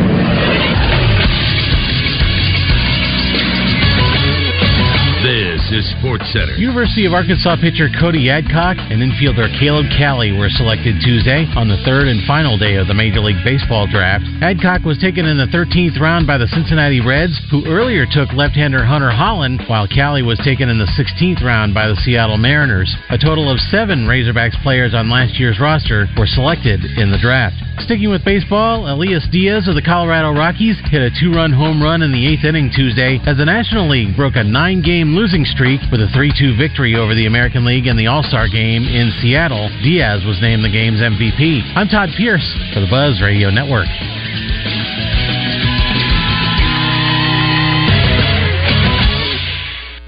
[SPEAKER 10] This is Sports Center.
[SPEAKER 4] University of Arkansas pitcher Cody Adcock and infielder Caleb Calley were selected Tuesday on the third and final day of the Major League Baseball draft. Adcock was taken in the 13th round by the Cincinnati Reds, who earlier took left-hander Hunter Holland, while Calley was taken in the 16th round by the Seattle Mariners. A total of seven Razorbacks players on last year's roster were selected in the draft. Sticking with baseball, Elias Diaz of the Colorado Rockies hit a two run home run in the eighth inning Tuesday as the National League broke a nine game losing streak with a 3 2 victory over the American League in the All Star game in Seattle. Diaz was named the game's MVP. I'm Todd Pierce for the Buzz Radio Network.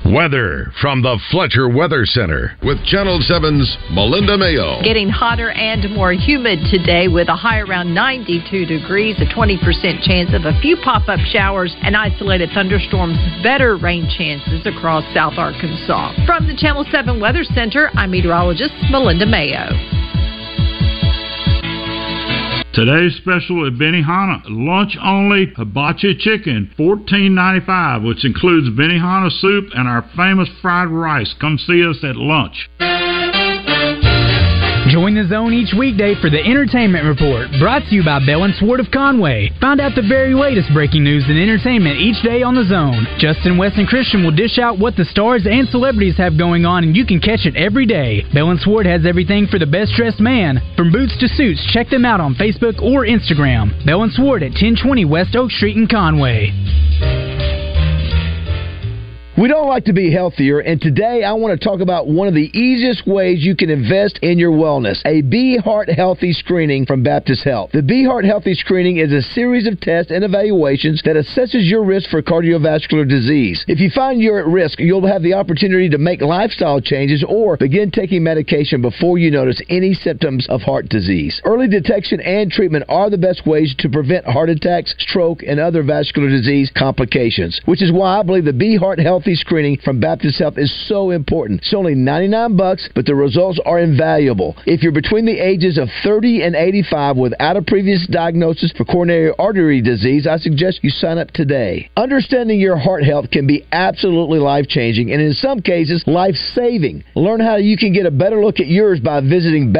[SPEAKER 11] Weather from the Fletcher Weather Center with Channel 7's Melinda Mayo.
[SPEAKER 12] Getting hotter and more humid today with a high around 92 degrees, a 20% chance of a few pop up showers and isolated thunderstorms, better rain chances across South Arkansas. From the Channel 7 Weather Center, I'm meteorologist Melinda Mayo.
[SPEAKER 13] Today's special at Benihana, lunch only hibachi chicken, fourteen ninety five, which includes Benihana soup and our famous fried rice. Come see us at lunch.
[SPEAKER 5] [LAUGHS]
[SPEAKER 9] Join the zone each weekday for the Entertainment Report, brought to you by Bell and Swart of Conway. Find out the very latest breaking news and entertainment each day on the zone. Justin West and Christian will dish out what the stars and celebrities have going on, and you can catch it every day. Bell and Swart has everything for the best dressed man, from boots to suits. Check them out on Facebook or Instagram. Bell and Swart at 1020 West Oak Street in Conway.
[SPEAKER 2] We don't like to be healthier, and today I want to talk about one of the easiest ways you can invest in your wellness a Be Heart Healthy screening from Baptist Health. The Be Heart Healthy screening is a series of tests and evaluations that assesses your risk for cardiovascular disease. If you find you're at risk, you'll have the opportunity to make lifestyle changes or begin taking medication before you notice any symptoms of heart disease. Early detection and treatment are the best ways to prevent heart attacks, stroke, and other vascular disease complications, which is why I believe the Be Heart Healthy screening from Baptist Health is so important. It's only 99 bucks, but the results are invaluable. If you're between the ages of 30 and 85 without a previous diagnosis for coronary artery disease, I suggest you sign up today. Understanding your heart health can be absolutely life-changing and in some cases life-saving. Learn how you can get a better look at yours by visiting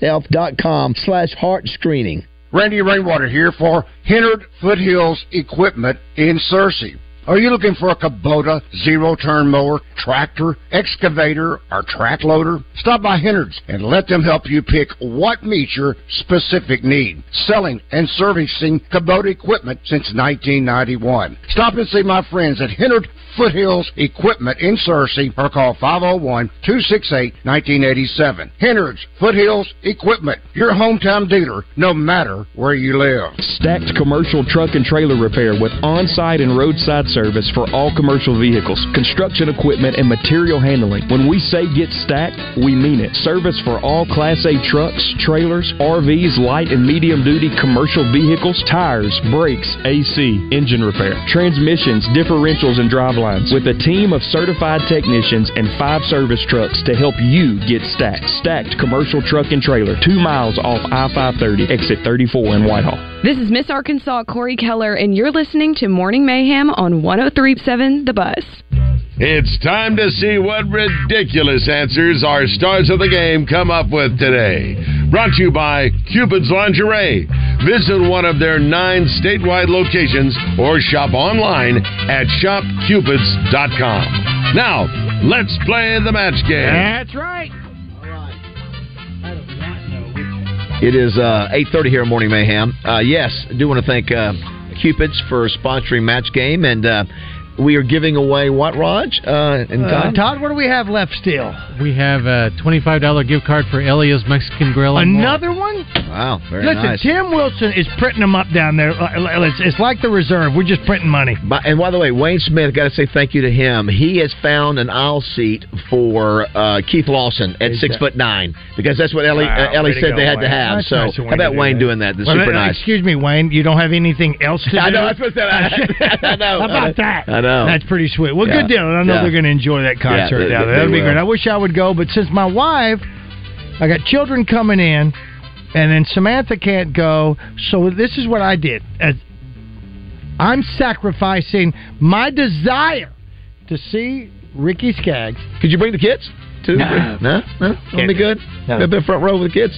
[SPEAKER 2] baptist-health.com slash heart screening.
[SPEAKER 14] Randy Rainwater here for Hennard Foothills Equipment in Searcy. Are you looking for a Kubota zero turn mower, tractor, excavator, or track loader? Stop by Hennard's and let them help you pick what meets your specific need. Selling and servicing Kubota equipment since 1991. Stop and see my friends at Hennard Foothills Equipment in Searcy or call 501 268 1987. Hennard's Foothills Equipment, your hometown dealer, no matter where you live.
[SPEAKER 15] Stacked commercial truck and trailer repair with on-site and roadside service for all commercial vehicles, construction equipment, and material handling. When we say get stacked, we mean it. Service for all Class A trucks, trailers, RVs, light and medium-duty commercial vehicles, tires, brakes, AC, engine repair, transmissions, differentials, and drivelines. With a team of certified technicians and five service trucks to help you get stacked. Stacked commercial truck and trailer, two miles off I-530, exit 34 in Whitehall.
[SPEAKER 16] This is Miss
[SPEAKER 17] oh
[SPEAKER 16] Arkansas Corey Keller, and you're listening to Morning Mayhem on 1037 The Bus. It's time to see what ridiculous answers our stars of the game come up with today. Brought to you by Cupid's Lingerie. Visit one of their nine statewide locations or shop online at shopcupids.com. Now, let's play the match game.
[SPEAKER 3] That's right.
[SPEAKER 2] It is uh, 8.30 here at Morning Mayhem. Uh, yes, I do want to thank uh, Cupids for sponsoring Match Game, and uh, we are giving away what, Raj? Uh, and
[SPEAKER 3] Uh,
[SPEAKER 2] Todd?
[SPEAKER 3] Todd, what do we have left still?
[SPEAKER 4] We have a twenty-five dollar gift card for Elia's Mexican Grill. and more.
[SPEAKER 3] Another one?
[SPEAKER 2] Wow, very
[SPEAKER 3] Listen,
[SPEAKER 2] nice.
[SPEAKER 3] Tim Wilson is printing them up down there. Uh, It's, it's like the reserve. We're just printing money.
[SPEAKER 2] By, and by the way, Wayne Smith, got to say thank you to him. He has found an aisle seat for uh, Keith Lawson at
[SPEAKER 3] Is
[SPEAKER 2] six
[SPEAKER 3] that-
[SPEAKER 2] foot nine because that's what Ellie,
[SPEAKER 3] Wow,
[SPEAKER 2] uh, Ellie
[SPEAKER 3] way to
[SPEAKER 2] said
[SPEAKER 3] go,
[SPEAKER 2] they had to
[SPEAKER 3] Wayne.
[SPEAKER 2] have.
[SPEAKER 3] That's
[SPEAKER 2] so
[SPEAKER 3] nice of
[SPEAKER 2] how
[SPEAKER 3] Wayne to
[SPEAKER 2] about
[SPEAKER 3] do
[SPEAKER 2] Wayne
[SPEAKER 3] that.
[SPEAKER 2] doing that? That's
[SPEAKER 3] Well,
[SPEAKER 2] super
[SPEAKER 3] uh,
[SPEAKER 2] nice.
[SPEAKER 3] Excuse me, Wayne. You don't have anything else to
[SPEAKER 2] [LAUGHS]
[SPEAKER 3] do?
[SPEAKER 2] I know, that's what
[SPEAKER 3] [LAUGHS]
[SPEAKER 2] that I know. Uh, I
[SPEAKER 3] How
[SPEAKER 2] know.
[SPEAKER 3] about that?
[SPEAKER 2] I know.
[SPEAKER 3] That's pretty sweet. Well,
[SPEAKER 2] Yeah.
[SPEAKER 3] good deal. And I know
[SPEAKER 2] Yeah.
[SPEAKER 3] they're going to enjoy that concert
[SPEAKER 2] Yeah, they-
[SPEAKER 3] down there.
[SPEAKER 2] they
[SPEAKER 3] That'd be
[SPEAKER 2] will.
[SPEAKER 3] great. I wish I would go, but since my wife, I got children coming in, and then Samantha can't go. So this is what I did. As I'm sacrificing my desire to see Ricky Skaggs.
[SPEAKER 2] Could you bring the kids? Too?
[SPEAKER 3] No.
[SPEAKER 2] no, no, that'd be good.
[SPEAKER 3] No.
[SPEAKER 2] They'll be front row with the kids.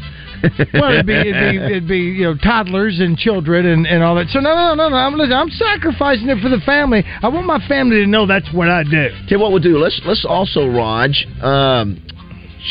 [SPEAKER 3] well, it'd be,
[SPEAKER 2] [LAUGHS]
[SPEAKER 3] it'd be it'd be you know toddlers and children and, and all that. So no, no, no, no. I'm listen, I'm sacrificing it for the family. I want my family to know that's what I do.
[SPEAKER 2] Tell you what we'll do. Let's let's also, Raj. Um,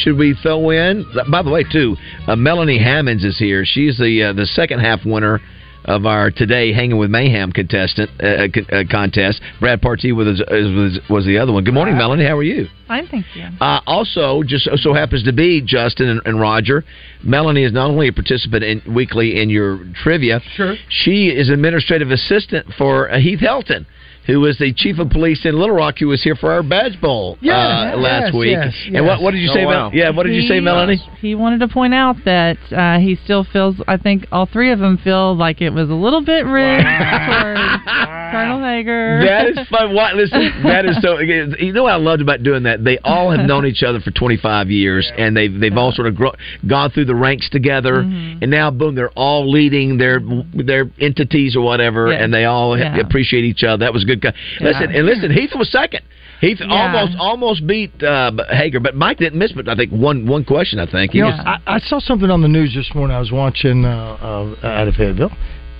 [SPEAKER 2] should we throw in? By the way, too, uh, Melanie Hammonds is here. She's the uh, the second half winner of our today hanging with mayhem contestant uh, uh, con- uh, contest. Brad Partee was, was was the other one. Good morning, Melanie. How are you?
[SPEAKER 18] I'm thinking.
[SPEAKER 2] Uh, also, just so happens to be Justin and, and Roger. Melanie is not only a participant in, weekly in your trivia, sure. she is administrative assistant for uh, Heath Helton, who is the chief of police in Little Rock, who was here for our badge bowl
[SPEAKER 18] Yes,
[SPEAKER 2] uh, last
[SPEAKER 18] yes,
[SPEAKER 2] week.
[SPEAKER 18] yes,
[SPEAKER 2] and
[SPEAKER 18] yes.
[SPEAKER 2] what, what did you
[SPEAKER 18] Oh,
[SPEAKER 2] say, Mel-
[SPEAKER 18] wow.
[SPEAKER 2] Yeah, what did you say,
[SPEAKER 18] He- uh,
[SPEAKER 2] Melanie?
[SPEAKER 18] He wanted to point out that uh, he still feels. I think all three of them feel like it was a little bit rigged
[SPEAKER 2] [LAUGHS]
[SPEAKER 18] towards Colonel Hager.
[SPEAKER 2] That is fun. Why, listen, that is so. You know what I loved about doing that? They all have known each other for 25 years, and they've they've all sort of gro- gone through the ranks together, and now boom, they're all leading their their entities or whatever,
[SPEAKER 18] Yeah.
[SPEAKER 2] and they all
[SPEAKER 18] Yeah.
[SPEAKER 2] appreciate each other. That was good. co-
[SPEAKER 18] Yeah.
[SPEAKER 2] Listen and listen, Heath was second. Heath
[SPEAKER 18] Yeah.
[SPEAKER 2] almost almost beat uh, Hager, but Mike didn't miss. But I think one one question. I think he
[SPEAKER 3] You know,
[SPEAKER 2] was-
[SPEAKER 3] I, I saw something on the news this morning. I was watching uh, uh, out of Fayetteville,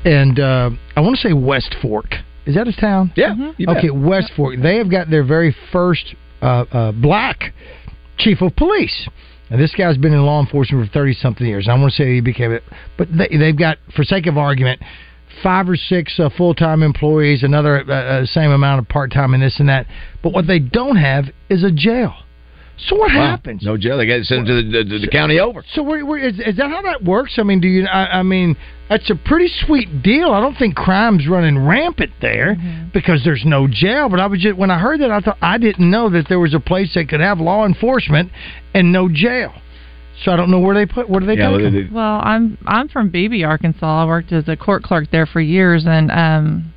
[SPEAKER 3] and uh, I want to say West Fork. Is that a town?
[SPEAKER 2] Yeah. you bet.
[SPEAKER 3] Okay, West Fork. They have got their very first uh, uh, black chief of police. And this guy's been in law enforcement for thirty something years. I want to say he became it, but they, they've got, for sake of argument, five or six uh, full time employees, another uh, uh, same amount of part time, and this and that. But what they don't have is a jail. So what
[SPEAKER 2] Wow.
[SPEAKER 3] happened?
[SPEAKER 2] No jail. They got sent to the, the, the county over.
[SPEAKER 3] So where, where, is, is that how that works? I mean, do you? I, I mean, that's a pretty sweet deal. I don't think crime's running rampant there
[SPEAKER 18] Mm-hmm.
[SPEAKER 3] because there's no jail. But I was just when I heard that, I thought I didn't know that there was a place that could have law enforcement and no jail. So I don't know where they put. Where do they take 'em?
[SPEAKER 18] Well, I'm I'm from Beebe, Arkansas. I worked as a court clerk there for years, and um,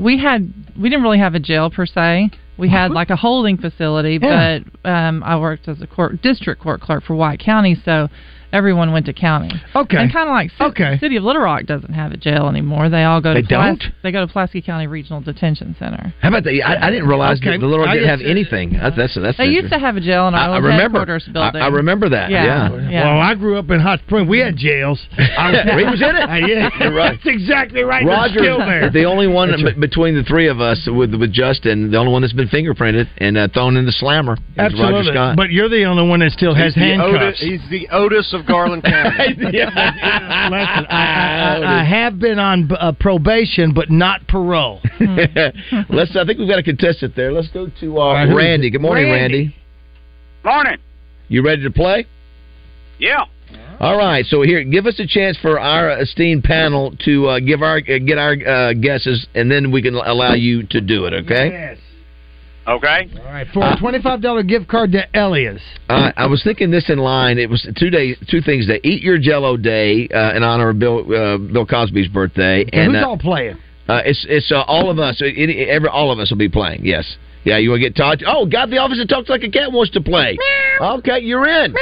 [SPEAKER 18] we had we didn't really have a jail per se. We had like a holding facility,
[SPEAKER 12] Yeah.
[SPEAKER 18] but um, I worked as a court district court clerk for White County, so everyone went to county.
[SPEAKER 3] Okay.
[SPEAKER 18] and kind of like ci-
[SPEAKER 3] Okay.
[SPEAKER 18] City of Little Rock doesn't have a jail anymore. They all go
[SPEAKER 2] They
[SPEAKER 18] to Plas-
[SPEAKER 2] don't?
[SPEAKER 18] they go to Pulaski County Regional Detention Center.
[SPEAKER 2] How about the? I, I didn't realize
[SPEAKER 18] Okay.
[SPEAKER 2] that the Little Rock
[SPEAKER 18] I
[SPEAKER 2] didn't
[SPEAKER 18] guess-
[SPEAKER 2] have anything. That's that's that's.
[SPEAKER 18] They used to have a jail in our
[SPEAKER 2] I, I
[SPEAKER 18] old
[SPEAKER 2] remember.
[SPEAKER 18] headquarters
[SPEAKER 2] I,
[SPEAKER 18] building.
[SPEAKER 2] I remember that.
[SPEAKER 18] Yeah.
[SPEAKER 2] Yeah.
[SPEAKER 18] Yeah.
[SPEAKER 3] Well, I grew up in Hot Springs. We had
[SPEAKER 2] [LAUGHS]
[SPEAKER 3] jails.
[SPEAKER 18] [LAUGHS]
[SPEAKER 3] I
[SPEAKER 2] He was in it.
[SPEAKER 3] Uh, yeah.
[SPEAKER 2] You're
[SPEAKER 3] [LAUGHS]
[SPEAKER 2] right.
[SPEAKER 3] That's [LAUGHS] exactly right. They're
[SPEAKER 2] Roger,
[SPEAKER 3] still there.
[SPEAKER 2] the only one
[SPEAKER 3] That's
[SPEAKER 2] b- between the three of us with with Justin, the only one that's been fingerprinted and uh, thrown in the slammer. is Roger
[SPEAKER 3] Absolutely.
[SPEAKER 2] Scott.
[SPEAKER 3] But you're the only one that still [LAUGHS] has
[SPEAKER 2] He's the oldest-
[SPEAKER 3] handcuffs.
[SPEAKER 5] He's the Otis of
[SPEAKER 3] [LAUGHS]
[SPEAKER 5] Garland County.
[SPEAKER 3] Listen, I, I, I have been on uh, probation, but not parole.
[SPEAKER 2] [LAUGHS] Let's. I think we've got a contestant there. Let's go to uh,
[SPEAKER 3] right, who is
[SPEAKER 2] Randy.
[SPEAKER 3] it?
[SPEAKER 2] Good morning, Randy.
[SPEAKER 3] Randy.
[SPEAKER 19] Morning.
[SPEAKER 2] You ready to play?
[SPEAKER 19] Yeah.
[SPEAKER 2] All right. So here, give us a chance for our esteemed panel to uh, give our uh, get our uh, guesses, and then we can allow you to do it. Okay.
[SPEAKER 19] Okay.
[SPEAKER 3] All right. For a twenty-five dollar gift card to Elias.
[SPEAKER 2] Uh, I was thinking this in line. It was two days, two things: They Eat Your Jello Day uh, in honor of Bill uh, Bill Cosby's birthday,
[SPEAKER 3] And
[SPEAKER 2] and
[SPEAKER 3] who's
[SPEAKER 2] uh,
[SPEAKER 3] all playing?
[SPEAKER 2] uh, it's it's uh, all of us. It, it- every all of us will be playing. Yes, yeah. You want to get Todd? Oh, God, the officer talks like a cat wants to play. Okay, you're in.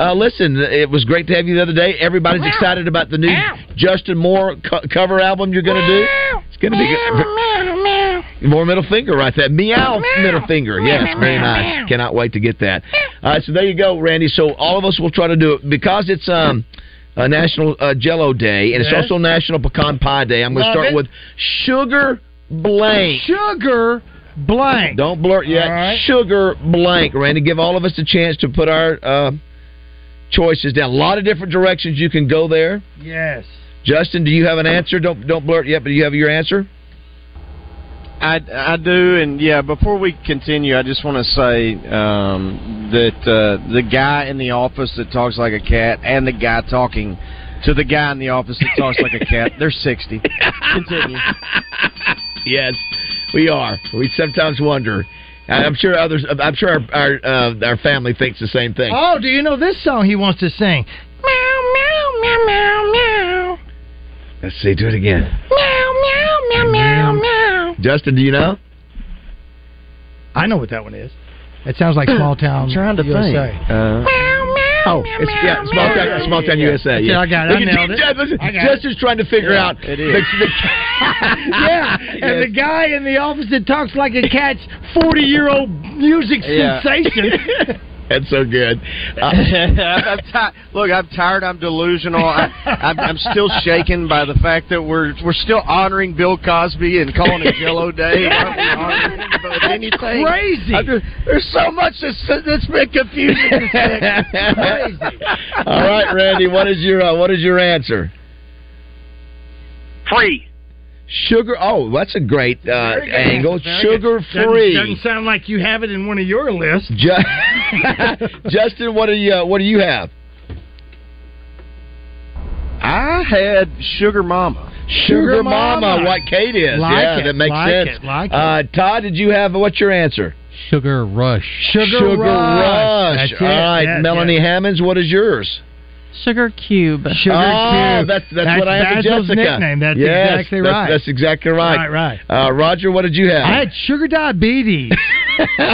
[SPEAKER 2] Uh, listen, it was great to have you the other day. Everybody's excited about the new Justin Moore co- cover album you're going to do. It's going to be good. More middle finger right there. Meow middle finger. Yes, very nice. Cannot wait to get that. All right, so there you go, Randy. So all of us will try to do it because it's um uh, National uh, Jello Day and
[SPEAKER 3] Yes.
[SPEAKER 2] it's also National Pecan Pie Day. I'm going to
[SPEAKER 3] Love
[SPEAKER 2] start
[SPEAKER 3] it.
[SPEAKER 2] with sugar blank.
[SPEAKER 3] Sugar blank.
[SPEAKER 2] Don't blurt yet. Sugar blank, Randy. Give all of us a chance to put our uh, choices down. A lot of different directions you can go there.
[SPEAKER 3] Yes.
[SPEAKER 2] Justin, do you have an answer? Don't don't blurt yet, but do you have your answer?
[SPEAKER 5] I, I do, and yeah. Before we continue, I just want to say um, that uh, the guy in the office that talks like a cat and the guy talking to the guy in the office that talks like a
[SPEAKER 2] [LAUGHS]
[SPEAKER 5] cat, they're sixty. Continue.
[SPEAKER 2] Yes, we are. We sometimes wonder. I- I'm sure others. I'm sure our our, uh, our family thinks the same thing.
[SPEAKER 3] Oh, do you know this song he wants to sing? Meow, meow, meow, meow, meow.
[SPEAKER 2] Let's see. Do it again.
[SPEAKER 3] Meow, meow, meow, meow.
[SPEAKER 2] Justin, do you know?
[SPEAKER 3] I know what that one is. It
[SPEAKER 2] [CLEARS THROAT]
[SPEAKER 3] sounds like small town.
[SPEAKER 2] trying to
[SPEAKER 3] USA.
[SPEAKER 2] think. Uh, oh, it's, yeah, small town, small town USA.
[SPEAKER 3] That's it,
[SPEAKER 2] Yeah,
[SPEAKER 3] I got it.
[SPEAKER 2] Look
[SPEAKER 3] I
[SPEAKER 2] at
[SPEAKER 3] nailed
[SPEAKER 2] you,
[SPEAKER 3] it.
[SPEAKER 2] Justin, listen,
[SPEAKER 3] I got it.
[SPEAKER 2] Justin's trying to figure
[SPEAKER 3] Yeah,
[SPEAKER 2] out
[SPEAKER 3] it
[SPEAKER 2] the-
[SPEAKER 3] is.
[SPEAKER 2] the
[SPEAKER 3] [LAUGHS] yeah, and the guy in the office that talks like a cat's forty-year-old music
[SPEAKER 5] Yeah.
[SPEAKER 2] [LAUGHS]
[SPEAKER 3] sensation.
[SPEAKER 2] That's so good.
[SPEAKER 5] [LAUGHS]
[SPEAKER 2] Uh,
[SPEAKER 5] I'm ti- look, I'm tired. I'm delusional. I, I'm, I'm still shaken by the fact that we're we're still honoring Bill Cosby and calling it Jello
[SPEAKER 2] [LAUGHS]
[SPEAKER 5] Day. Aren't we honoring him about anything?
[SPEAKER 3] Crazy.
[SPEAKER 5] I'm just- there's so much that's, that's been confusing. this thing.
[SPEAKER 3] [LAUGHS]
[SPEAKER 5] Crazy.
[SPEAKER 2] All right, Randy. What is your uh, what is your answer?
[SPEAKER 19] Free.
[SPEAKER 2] Sugar. Oh, that's a great uh,
[SPEAKER 3] Very good.
[SPEAKER 2] angle.
[SPEAKER 3] Very good.
[SPEAKER 2] Sugar
[SPEAKER 3] Doesn't-
[SPEAKER 2] free.
[SPEAKER 3] Doesn't, sound like you have it in one of your lists.
[SPEAKER 2] [LAUGHS] Justin, what do you uh, what do you have?
[SPEAKER 5] I had Sugar Mama.
[SPEAKER 2] Sugar Mama, what Kate is.
[SPEAKER 5] Like
[SPEAKER 2] yeah,
[SPEAKER 5] it,
[SPEAKER 2] that makes
[SPEAKER 5] like
[SPEAKER 2] sense.
[SPEAKER 5] it, like it.
[SPEAKER 2] Uh, Todd, did you have what's your answer?
[SPEAKER 4] Sugar Rush.
[SPEAKER 3] Sugar,
[SPEAKER 2] Sugar
[SPEAKER 3] Rush.
[SPEAKER 2] Rush.
[SPEAKER 3] That's
[SPEAKER 2] All
[SPEAKER 3] it.
[SPEAKER 2] right,
[SPEAKER 3] Yes,
[SPEAKER 2] Melanie Hammonds, what is yours?
[SPEAKER 18] Sugar Cube.
[SPEAKER 3] Sugar
[SPEAKER 2] oh,
[SPEAKER 3] Cube.
[SPEAKER 2] That's, that's
[SPEAKER 3] That's
[SPEAKER 2] what I have to
[SPEAKER 3] Basil's
[SPEAKER 2] Jessica.
[SPEAKER 3] nickname. That's
[SPEAKER 2] Yes,
[SPEAKER 3] exactly
[SPEAKER 2] that's-
[SPEAKER 3] right.
[SPEAKER 2] That's exactly right.
[SPEAKER 3] Right,
[SPEAKER 2] right. Uh, Roger, what did you have?
[SPEAKER 3] I had sugar
[SPEAKER 2] [LAUGHS]
[SPEAKER 3] diabetes.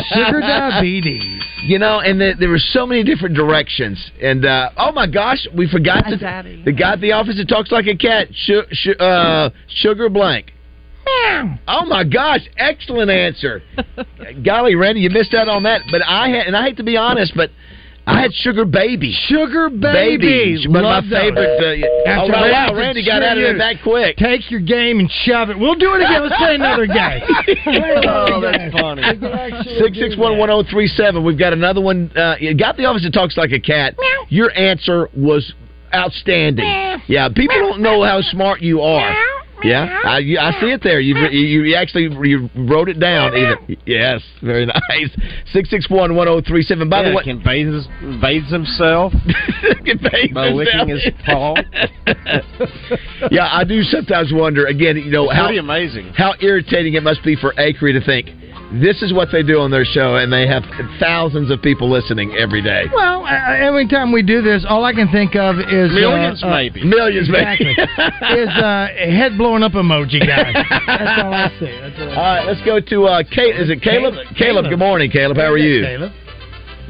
[SPEAKER 3] sugar diabetes.
[SPEAKER 2] You know, and the, there were so many different directions. And uh, oh my gosh, we forgot the, the guy at the office that talks like a cat, su- su- uh, Sugar Blank. Oh my gosh, excellent
[SPEAKER 3] [LAUGHS]
[SPEAKER 2] answer. Golly, Randy, you missed out on that. But I had, and I hate to be honest, but I had Sugar Baby.
[SPEAKER 3] Sugar Baby.
[SPEAKER 2] But
[SPEAKER 3] Love
[SPEAKER 2] my
[SPEAKER 3] those.
[SPEAKER 2] favorite. Uh, oh,
[SPEAKER 3] After
[SPEAKER 2] wow,
[SPEAKER 3] Rapids,
[SPEAKER 2] Randy got
[SPEAKER 3] sure
[SPEAKER 2] out of it
[SPEAKER 3] you
[SPEAKER 2] that quick.
[SPEAKER 3] Take your game and shove it. We'll do it again. Let's
[SPEAKER 2] [LAUGHS]
[SPEAKER 3] play another game.
[SPEAKER 2] Oh, that's
[SPEAKER 5] funny.
[SPEAKER 2] Six six one one zero three seven. We've got another one. Uh, you got the office that talks like a cat. Your answer was outstanding. Yeah, people don't know how smart you are. Yeah, I, you, I see it there. You you you actually you wrote it down. Even yes, very [LAUGHS] nice. Six six one one zero three seven. By
[SPEAKER 5] Yeah,
[SPEAKER 2] the way,
[SPEAKER 5] can bathes bathes
[SPEAKER 2] [LAUGHS]
[SPEAKER 5] himself by licking his paw.
[SPEAKER 2] yeah, I do sometimes wonder. Again, you know
[SPEAKER 5] It's
[SPEAKER 2] how
[SPEAKER 5] pretty amazing.
[SPEAKER 2] how irritating it must be for Acree to think this is what they do on their show, and they have thousands of people listening every day.
[SPEAKER 3] Well, uh, every time we do this, all I can think of is uh,
[SPEAKER 2] Millions,
[SPEAKER 3] uh,
[SPEAKER 2] maybe. Millions, maybe. [LAUGHS]
[SPEAKER 3] exactly, [LAUGHS] is uh, a head blowing up emoji guy. That's all I see. That's all I
[SPEAKER 2] All right, let's go to uh, Kate. Is it Caleb? Caleb? Good morning, Caleb. How are you?
[SPEAKER 3] Caleb.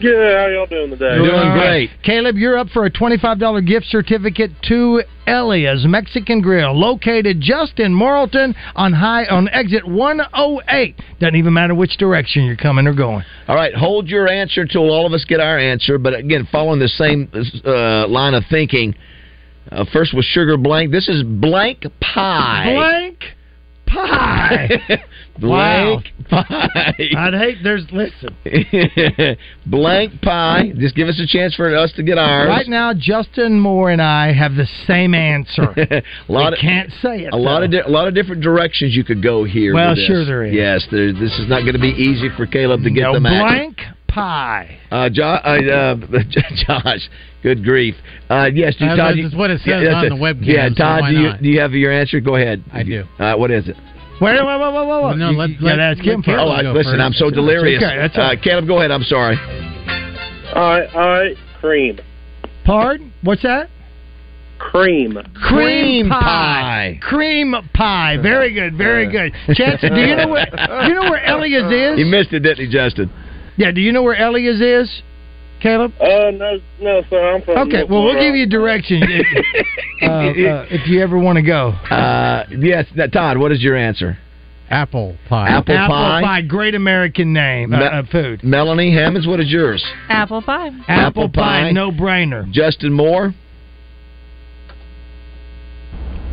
[SPEAKER 20] Good. How y'all doing today?
[SPEAKER 2] [LAUGHS] Doing
[SPEAKER 3] All right.
[SPEAKER 2] great.
[SPEAKER 3] Caleb, you're up for a $25 gift certificate to Elia's Mexican Grill, located just in Morrilton on high on exit 108. Doesn't even matter which direction you're coming or going.
[SPEAKER 2] All right, hold your answer till all of us get our answer. But again, following the same uh, line of thinking, uh, first was sugar blank. This is blank pie.
[SPEAKER 3] Blank pie.
[SPEAKER 2] [LAUGHS] Blank [LAUGHS]
[SPEAKER 3] Wow.
[SPEAKER 2] pie.
[SPEAKER 3] I'd hate there's listen.
[SPEAKER 2] [LAUGHS] blank pie. Just give us a chance for us to get ours.
[SPEAKER 3] Right now, Justin Moore and I have the same answer.
[SPEAKER 2] [LAUGHS] a lot
[SPEAKER 3] we
[SPEAKER 2] of,
[SPEAKER 3] can't say it.
[SPEAKER 2] a lot
[SPEAKER 3] though.
[SPEAKER 2] of di- a lot of different directions you could go here.
[SPEAKER 3] Well,
[SPEAKER 2] with this.
[SPEAKER 3] sure there is.
[SPEAKER 2] Yes, there, this is not going to be easy for Caleb to get
[SPEAKER 3] No,
[SPEAKER 2] them out.
[SPEAKER 3] blank pie.
[SPEAKER 2] Uh, jo- uh, [LAUGHS] uh, Josh, good grief. Uh, yes, do
[SPEAKER 4] Uh,
[SPEAKER 2] Todd.
[SPEAKER 4] this is what it
[SPEAKER 2] yeah,
[SPEAKER 4] says
[SPEAKER 2] that's
[SPEAKER 4] on
[SPEAKER 2] it.
[SPEAKER 4] the webcam,
[SPEAKER 2] Yeah,
[SPEAKER 4] so
[SPEAKER 2] Todd,
[SPEAKER 4] why
[SPEAKER 2] do, you,
[SPEAKER 4] not?
[SPEAKER 2] do you have your answer? Go ahead. I do. Uh, what is it?
[SPEAKER 3] Wait, wait, wait, wait, wait, wait.
[SPEAKER 4] No,
[SPEAKER 3] You-
[SPEAKER 4] let-
[SPEAKER 3] you
[SPEAKER 4] let-
[SPEAKER 3] gotta ask
[SPEAKER 4] let
[SPEAKER 3] him first.
[SPEAKER 2] oh, I, listen, I'm so delirious.
[SPEAKER 3] Okay, that's all
[SPEAKER 2] uh,
[SPEAKER 3] right.
[SPEAKER 2] Caleb, go ahead. I'm sorry.
[SPEAKER 20] All right, all right. Cream.
[SPEAKER 3] Pardon? What's that?
[SPEAKER 20] Cream.
[SPEAKER 3] Cream pie. Cream pie. Very good. Very good. Chance, do you know
[SPEAKER 2] [LAUGHS]
[SPEAKER 3] where do you know where Elia's is?
[SPEAKER 2] You missed it, didn't you, Justin?
[SPEAKER 3] Yeah, do you know where Elia's is, Caleb?
[SPEAKER 20] Uh, no, no, sir. I'm from.
[SPEAKER 3] Okay, well, we'll give you directions if, uh, uh, if you ever want to go.
[SPEAKER 2] Uh, yes, now, Todd, what is your answer?
[SPEAKER 4] Apple pie.
[SPEAKER 2] [LAUGHS] Apple pie.
[SPEAKER 3] great American name.
[SPEAKER 2] Me-
[SPEAKER 3] uh, uh, food.
[SPEAKER 2] Melanie Hammonds, what is yours?
[SPEAKER 18] Apple pie.
[SPEAKER 2] Apple pie.
[SPEAKER 3] no brainer.
[SPEAKER 2] Justin Moore.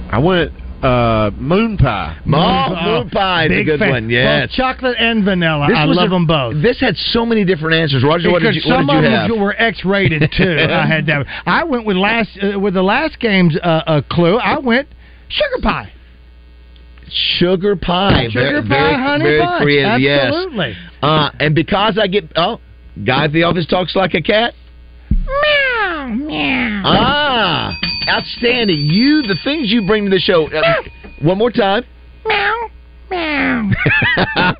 [SPEAKER 5] I went uh, moon pie.
[SPEAKER 3] Uh, big fan. Both chocolate and vanilla. I
[SPEAKER 2] was
[SPEAKER 3] love
[SPEAKER 2] a-
[SPEAKER 3] them both.
[SPEAKER 2] This had so many different answers. Roger, what did
[SPEAKER 3] Because
[SPEAKER 2] you, what
[SPEAKER 3] some
[SPEAKER 2] did you
[SPEAKER 3] of
[SPEAKER 2] have?
[SPEAKER 3] them were
[SPEAKER 2] [LAUGHS]
[SPEAKER 3] X-rated too. I had that. I went with last uh, with the last game's uh, uh, clue. I went sugar pie.
[SPEAKER 2] Sugar pie. Very-
[SPEAKER 3] Sugar pie,
[SPEAKER 2] very-
[SPEAKER 3] honey
[SPEAKER 2] very
[SPEAKER 3] bunch.
[SPEAKER 2] creative, yes.
[SPEAKER 3] Absolutely.
[SPEAKER 2] Uh, and because I get oh, guy at the office talks like a cat.
[SPEAKER 8] Meow,
[SPEAKER 3] Mm.
[SPEAKER 8] meow.
[SPEAKER 2] Ah, outstanding! You the things you bring to the show. Uh, one more time.
[SPEAKER 8] Meow, meow.
[SPEAKER 2] [LAUGHS]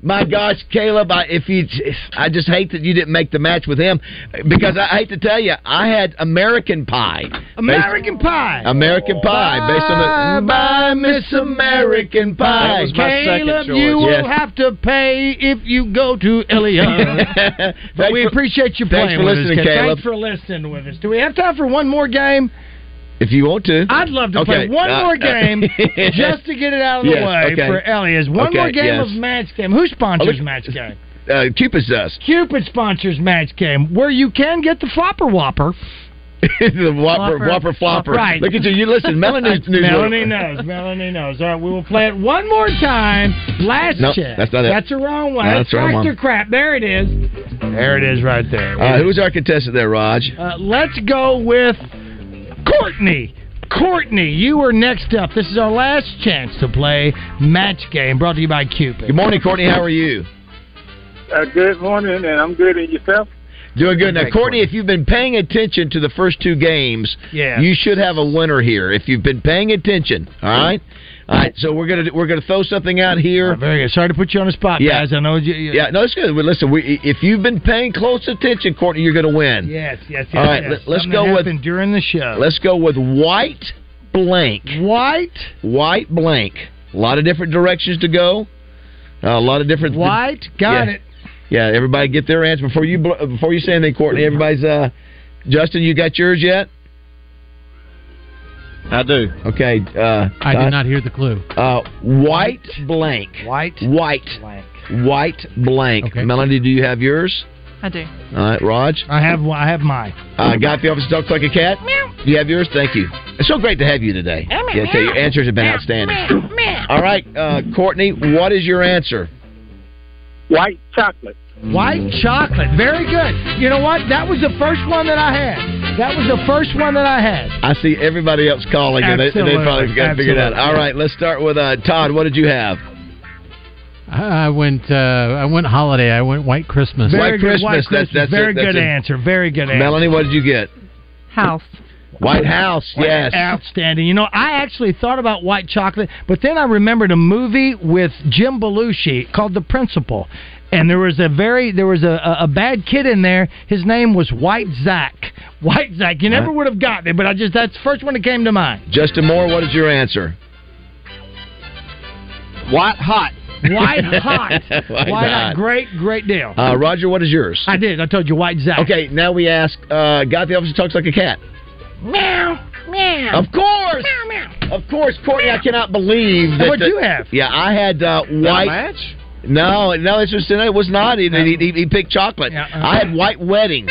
[SPEAKER 2] My gosh, Caleb! I, if you, I just hate that you didn't make the match with him because I hate to tell you, I had American Pie.
[SPEAKER 3] American Pie.
[SPEAKER 2] Uh, American Pie, based on the. Mm,
[SPEAKER 3] Bye, Miss American Pie.
[SPEAKER 2] That was my second
[SPEAKER 3] Caleb,
[SPEAKER 2] choice.
[SPEAKER 3] you
[SPEAKER 2] Yes.
[SPEAKER 3] will have to pay if you go to
[SPEAKER 2] [LAUGHS]
[SPEAKER 3] Ilya. but
[SPEAKER 2] Thanks
[SPEAKER 3] we
[SPEAKER 2] for-
[SPEAKER 3] appreciate you
[SPEAKER 2] thanks
[SPEAKER 3] playing
[SPEAKER 2] for
[SPEAKER 3] with us,
[SPEAKER 2] listening,
[SPEAKER 3] Ken.
[SPEAKER 2] Caleb.
[SPEAKER 3] Thanks for listening with us. Do we have time for one more game?
[SPEAKER 2] If you want to,
[SPEAKER 3] I'd love to play
[SPEAKER 2] Okay,
[SPEAKER 3] one
[SPEAKER 2] uh, [LAUGHS]
[SPEAKER 3] more game just to get it out of the
[SPEAKER 2] Yes,
[SPEAKER 3] way
[SPEAKER 2] okay.
[SPEAKER 3] for Elias. One
[SPEAKER 2] Okay,
[SPEAKER 3] more game
[SPEAKER 2] yes.
[SPEAKER 3] of match game. Who
[SPEAKER 2] Oh, look-
[SPEAKER 3] sponsors match game?
[SPEAKER 2] Uh, Cupid does.
[SPEAKER 3] Cupid sponsors match game where you can get the flopper whopper.
[SPEAKER 2] [LAUGHS] the whopper,
[SPEAKER 3] Whopper.
[SPEAKER 2] whopper, flopper.
[SPEAKER 3] Right.
[SPEAKER 2] Look at you. You
[SPEAKER 3] [LAUGHS]
[SPEAKER 2] listen. Melanie's new.
[SPEAKER 3] Melanie knows. Melanie knows. All right, we will play it one more time. Last
[SPEAKER 2] No,
[SPEAKER 3] check.
[SPEAKER 2] that's not it.
[SPEAKER 3] That's the wrong one.
[SPEAKER 2] No, that's the wrong
[SPEAKER 3] Tractor
[SPEAKER 2] one.
[SPEAKER 3] crap. There it is. There it is, right there.
[SPEAKER 2] Uh, who's our contestant there, Raj?
[SPEAKER 3] Uh, let's go with Courtney. Courtney, you are next up. This is our last chance to play match game. Brought to you by Cupid.
[SPEAKER 2] Good morning, Courtney. How are you?
[SPEAKER 20] Uh, good morning, and I'm good. And yourself?
[SPEAKER 2] Doing good. Now,
[SPEAKER 20] Great,
[SPEAKER 2] Courtney, if you've been paying attention to the first two games,
[SPEAKER 20] Yeah.
[SPEAKER 2] you should have a winner here. If you've been paying attention, all right, all right. So we're gonna we're gonna throw something out here.
[SPEAKER 3] Oh, very good. Sorry to put you on the spot,
[SPEAKER 2] yeah.
[SPEAKER 3] guys. I know you. you-
[SPEAKER 2] Yeah, no, it's good. Well, Listen, we, if you've been paying close attention, Courtney, you're gonna win.
[SPEAKER 3] Yes, yes, yes.
[SPEAKER 2] All right,
[SPEAKER 3] yes.
[SPEAKER 2] let- let's
[SPEAKER 3] Something
[SPEAKER 2] go
[SPEAKER 3] that
[SPEAKER 2] with-
[SPEAKER 3] happened during the show.
[SPEAKER 2] Let's go with white blank.
[SPEAKER 3] White
[SPEAKER 2] white blank. A lot of different directions to go. Uh, a lot of different
[SPEAKER 3] White. Got
[SPEAKER 2] Yeah.
[SPEAKER 3] it.
[SPEAKER 2] Yeah, everybody get their answer before you bl- before you say anything, Courtney. Everybody's uh, Justin, you got yours yet?
[SPEAKER 5] I do.
[SPEAKER 2] Okay. Uh,
[SPEAKER 4] I did not hear the clue.
[SPEAKER 2] Uh, white blank.
[SPEAKER 3] White.
[SPEAKER 2] White. Blank. White blank. Melanie, do you have yours?
[SPEAKER 18] I do.
[SPEAKER 2] All right, Raj.
[SPEAKER 3] I have I have mine.
[SPEAKER 2] Uh, guy at the office talks like a cat. You have yours. Thank you. It's so great to have you today. Yeah, okay, your answers have been outstanding. All right, uh, Courtney, what is your answer?
[SPEAKER 20] White chocolate.
[SPEAKER 3] White chocolate. Very good. You know what? That was the first one that I had. That was the first one that I had.
[SPEAKER 2] I see everybody else calling, and they, they
[SPEAKER 3] Absolutely.
[SPEAKER 2] probably got to figure it out.
[SPEAKER 3] Absolutely.
[SPEAKER 2] All right, let's start with uh, Todd. What did you have?
[SPEAKER 4] I I went. Uh, I went holiday. I went white Christmas.
[SPEAKER 2] White Christmas. That's, that's
[SPEAKER 3] Very
[SPEAKER 2] it. That's
[SPEAKER 3] good
[SPEAKER 2] it.
[SPEAKER 3] answer. Very good answer.
[SPEAKER 2] Melanie, what did you get?
[SPEAKER 18] House.
[SPEAKER 2] White House.
[SPEAKER 3] Wow,
[SPEAKER 2] Yes.
[SPEAKER 3] Outstanding. You know, I actually thought about white chocolate, but then I remembered a movie with Jim Belushi called The Principal. And there was a very there was a, a, a bad kid in there. His name was White Zach. White Zach. You never would have gotten it, but I just that's the first one that came to mind.
[SPEAKER 2] Justin Moore, what is your answer?
[SPEAKER 5] White hot.
[SPEAKER 2] [LAUGHS]
[SPEAKER 3] White hot.
[SPEAKER 2] White hot.
[SPEAKER 3] Great, great deal.
[SPEAKER 2] Uh, Roger, what is yours?
[SPEAKER 3] I did. I told you White Zach.
[SPEAKER 2] Okay, now we ask uh, guy at the office who talks like a cat.
[SPEAKER 8] Meow, meow.
[SPEAKER 2] Uh, Of course.
[SPEAKER 8] Meow,
[SPEAKER 2] Of course, Courtney, I cannot
[SPEAKER 3] [LAUGHS]
[SPEAKER 2] believe that.
[SPEAKER 8] What'd
[SPEAKER 2] the-
[SPEAKER 8] you have?
[SPEAKER 2] Yeah, I had uh, white. match? No, no, it's just, it was not. He, he, he- he picked chocolate.
[SPEAKER 3] uh-huh.
[SPEAKER 2] I had white wedding.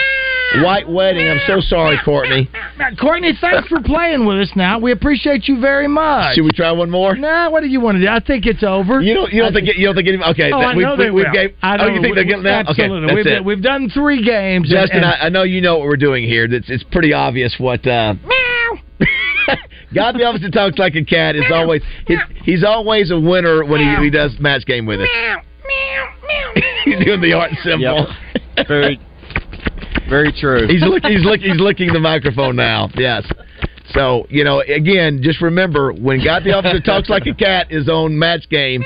[SPEAKER 2] White wedding. I'm so sorry, Courtney.
[SPEAKER 3] Now, Courtney, thanks for playing with us. Now we appreciate you very much.
[SPEAKER 2] Should we try one more?
[SPEAKER 3] Nah, what do you want to do? I think it's over.
[SPEAKER 2] You don't. You don't think. it- You don't think. Any, okay.
[SPEAKER 3] Oh,
[SPEAKER 2] that-
[SPEAKER 3] I
[SPEAKER 2] we,
[SPEAKER 3] know
[SPEAKER 2] we,
[SPEAKER 3] they
[SPEAKER 2] we
[SPEAKER 3] will.
[SPEAKER 2] Gave,
[SPEAKER 3] I know.
[SPEAKER 2] oh, you think
[SPEAKER 3] We-
[SPEAKER 2] they're getting that?
[SPEAKER 3] Absolutely.
[SPEAKER 2] Okay,
[SPEAKER 3] we've,
[SPEAKER 2] that's
[SPEAKER 3] done-
[SPEAKER 2] it.
[SPEAKER 3] we've done three games. and-
[SPEAKER 2] Justin,
[SPEAKER 3] and-
[SPEAKER 2] I, I know you know what we're doing here. That's it's pretty obvious what. Uh, [LAUGHS] God, the officer talks like a cat. Is always he's, he's always a winner when he, he does match game with us. [LAUGHS] he's doing the art symbol.
[SPEAKER 5] Very, very true.
[SPEAKER 2] He's look, [LAUGHS] he's look, he's licking the microphone now. Yes. So you know, again, just remember when God the officer talks like a cat, his own match game.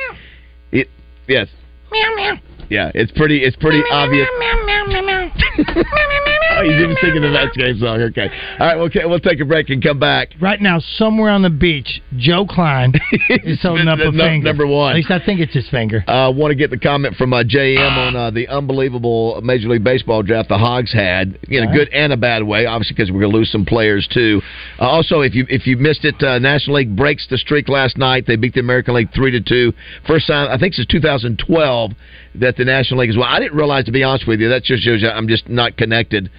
[SPEAKER 2] It, yes,
[SPEAKER 8] meow, meow.
[SPEAKER 2] yeah, it's pretty, it's pretty obvious.
[SPEAKER 8] Meow, meow, meow, meow. meow, meow, meow, meow.
[SPEAKER 2] oh, he's even singing the Nut Game song. Okay. All right, we'll, ca- we'll take a break and come back.
[SPEAKER 3] Right now, somewhere on the beach, Joe
[SPEAKER 2] [LAUGHS]
[SPEAKER 3] Klein is holding up a
[SPEAKER 2] No-
[SPEAKER 3] finger.
[SPEAKER 2] number one.
[SPEAKER 3] At least I think it's his finger.
[SPEAKER 2] I uh, want to get the comment from uh, JM on uh, the unbelievable Major League Baseball draft the Hogs had in a
[SPEAKER 3] Okay.
[SPEAKER 2] good and a bad way, obviously because we're going to lose some players too. Uh, also, if you if you missed it, uh, National League breaks the streak last night. They beat the American League three to two. First time I think since 2012 that the National League is. Well, I didn't realize to be honest with you. That just shows you I'm just not connected.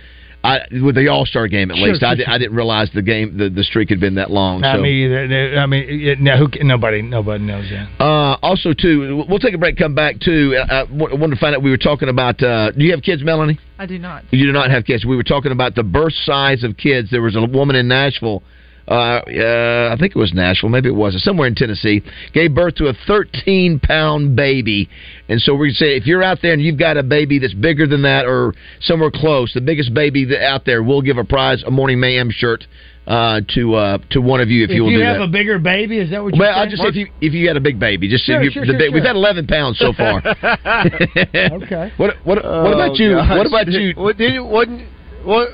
[SPEAKER 2] I, with the All Star game, at
[SPEAKER 3] Sure,
[SPEAKER 2] least I,
[SPEAKER 3] sure,
[SPEAKER 2] di- I didn't realize the game the, the streak had been that long.
[SPEAKER 3] Not
[SPEAKER 2] so.
[SPEAKER 3] me either. I mean, yeah, no, who, ca- nobody, nobody knows that.
[SPEAKER 2] Uh, also, too, we'll take a break. Come back too. Uh, I wa- wanted to find out. We were talking about. Uh, do you have kids, Melanie?
[SPEAKER 18] I do not.
[SPEAKER 2] You do not have kids. We were talking about the birth size of kids. There was a woman in Nashville. Uh, uh, I think it was Nashville, maybe it wasn't, somewhere in Tennessee, gave birth to a 13 pound baby. And so we say if you're out there and you've got a baby that's bigger than that or somewhere close, the biggest baby that out there, we'll give a prize, a Morning Mayhem shirt uh, to uh, to one of you if, you will do
[SPEAKER 3] have
[SPEAKER 2] that.
[SPEAKER 3] a bigger baby, is that what you
[SPEAKER 2] Well,
[SPEAKER 3] said?
[SPEAKER 2] I just if you if you had a big baby, just
[SPEAKER 3] Sure,
[SPEAKER 2] if you,
[SPEAKER 3] sure,
[SPEAKER 2] the
[SPEAKER 3] sure,
[SPEAKER 2] ba-
[SPEAKER 3] sure.
[SPEAKER 2] we've had eleven pounds so [LAUGHS] far.
[SPEAKER 3] okay.
[SPEAKER 2] What what what
[SPEAKER 3] Oh,
[SPEAKER 2] about you? What about
[SPEAKER 3] [LAUGHS]
[SPEAKER 2] you?
[SPEAKER 5] What did you? What?
[SPEAKER 2] [LAUGHS]
[SPEAKER 5] What?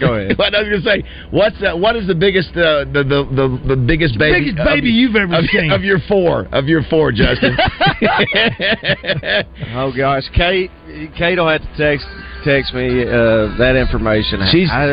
[SPEAKER 5] Go ahead.
[SPEAKER 2] What I was gonna say. What's that? What is the biggest uh, the, the the the biggest baby?
[SPEAKER 3] biggest baby
[SPEAKER 2] you've ever seen of your four of your four, [LAUGHS] Justin.
[SPEAKER 5] [LAUGHS] oh gosh, Kate. Kate will have to text text me uh, that information.
[SPEAKER 2] She's-
[SPEAKER 5] I-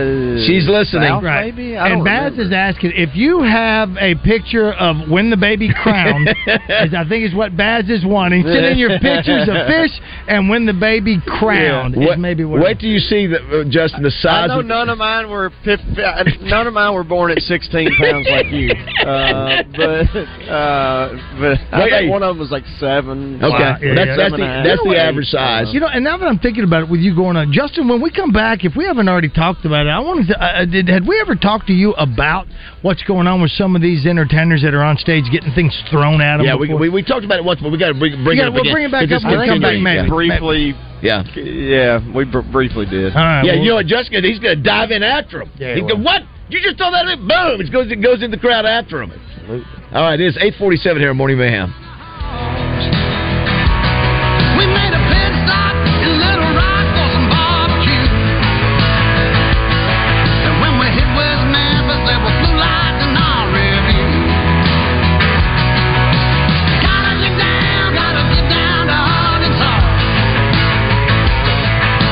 [SPEAKER 5] South,
[SPEAKER 3] right?
[SPEAKER 5] Maybe? I
[SPEAKER 3] And
[SPEAKER 5] don't
[SPEAKER 3] Baz
[SPEAKER 5] remember.
[SPEAKER 3] is asking if you have a picture of when the baby
[SPEAKER 2] [LAUGHS]
[SPEAKER 3] crowned. is I think is what Baz is wanting. Send in your pictures
[SPEAKER 2] [LAUGHS]
[SPEAKER 3] of fish and when the baby crowned.
[SPEAKER 2] Yeah.
[SPEAKER 3] Is maybe what
[SPEAKER 2] Wait till you see the, uh, Justin the
[SPEAKER 5] I
[SPEAKER 2] size.
[SPEAKER 5] know
[SPEAKER 2] of-
[SPEAKER 5] none of mine were fif- uh, none of mine were born at 16 pounds like
[SPEAKER 2] [LAUGHS]
[SPEAKER 5] you, uh, but uh, but I
[SPEAKER 2] Wait, hey.
[SPEAKER 5] think one of them was like seven.
[SPEAKER 2] Okay. Wow, yeah, That's- yeah. that's the- that's the average size.
[SPEAKER 3] You know, and now that I'm thinking about it with you going on, Justin, when we come back, if we haven't already talked about it, I wanted to. Uh, did, had we ever talked to you about what's going on with some of these entertainers that are on stage getting things thrown at them?
[SPEAKER 2] Yeah, we, we, we talked about it once, but we got to bring, bring
[SPEAKER 3] Yeah,
[SPEAKER 2] it up
[SPEAKER 3] we'll
[SPEAKER 2] again.
[SPEAKER 3] bring it back
[SPEAKER 2] It's
[SPEAKER 3] up when we come back,
[SPEAKER 2] discontinued.
[SPEAKER 3] maybe.
[SPEAKER 5] Briefly,
[SPEAKER 2] yeah,
[SPEAKER 5] yeah, we br- briefly did.
[SPEAKER 2] yeah, you know what, Justin? He's going to dive in after him.
[SPEAKER 5] Yeah, he
[SPEAKER 2] he go,
[SPEAKER 5] will.
[SPEAKER 2] what? You just throw that in? Boom! It goes it goes in the crowd after him. All right, it is eight forty seven here, at Morning Mayhem.
[SPEAKER 8] We made a pit stop in Little Rock for some barbecue. And when we hit West Memphis, there were blue lights in our review. Gotta get down, gotta get down to Arkansas.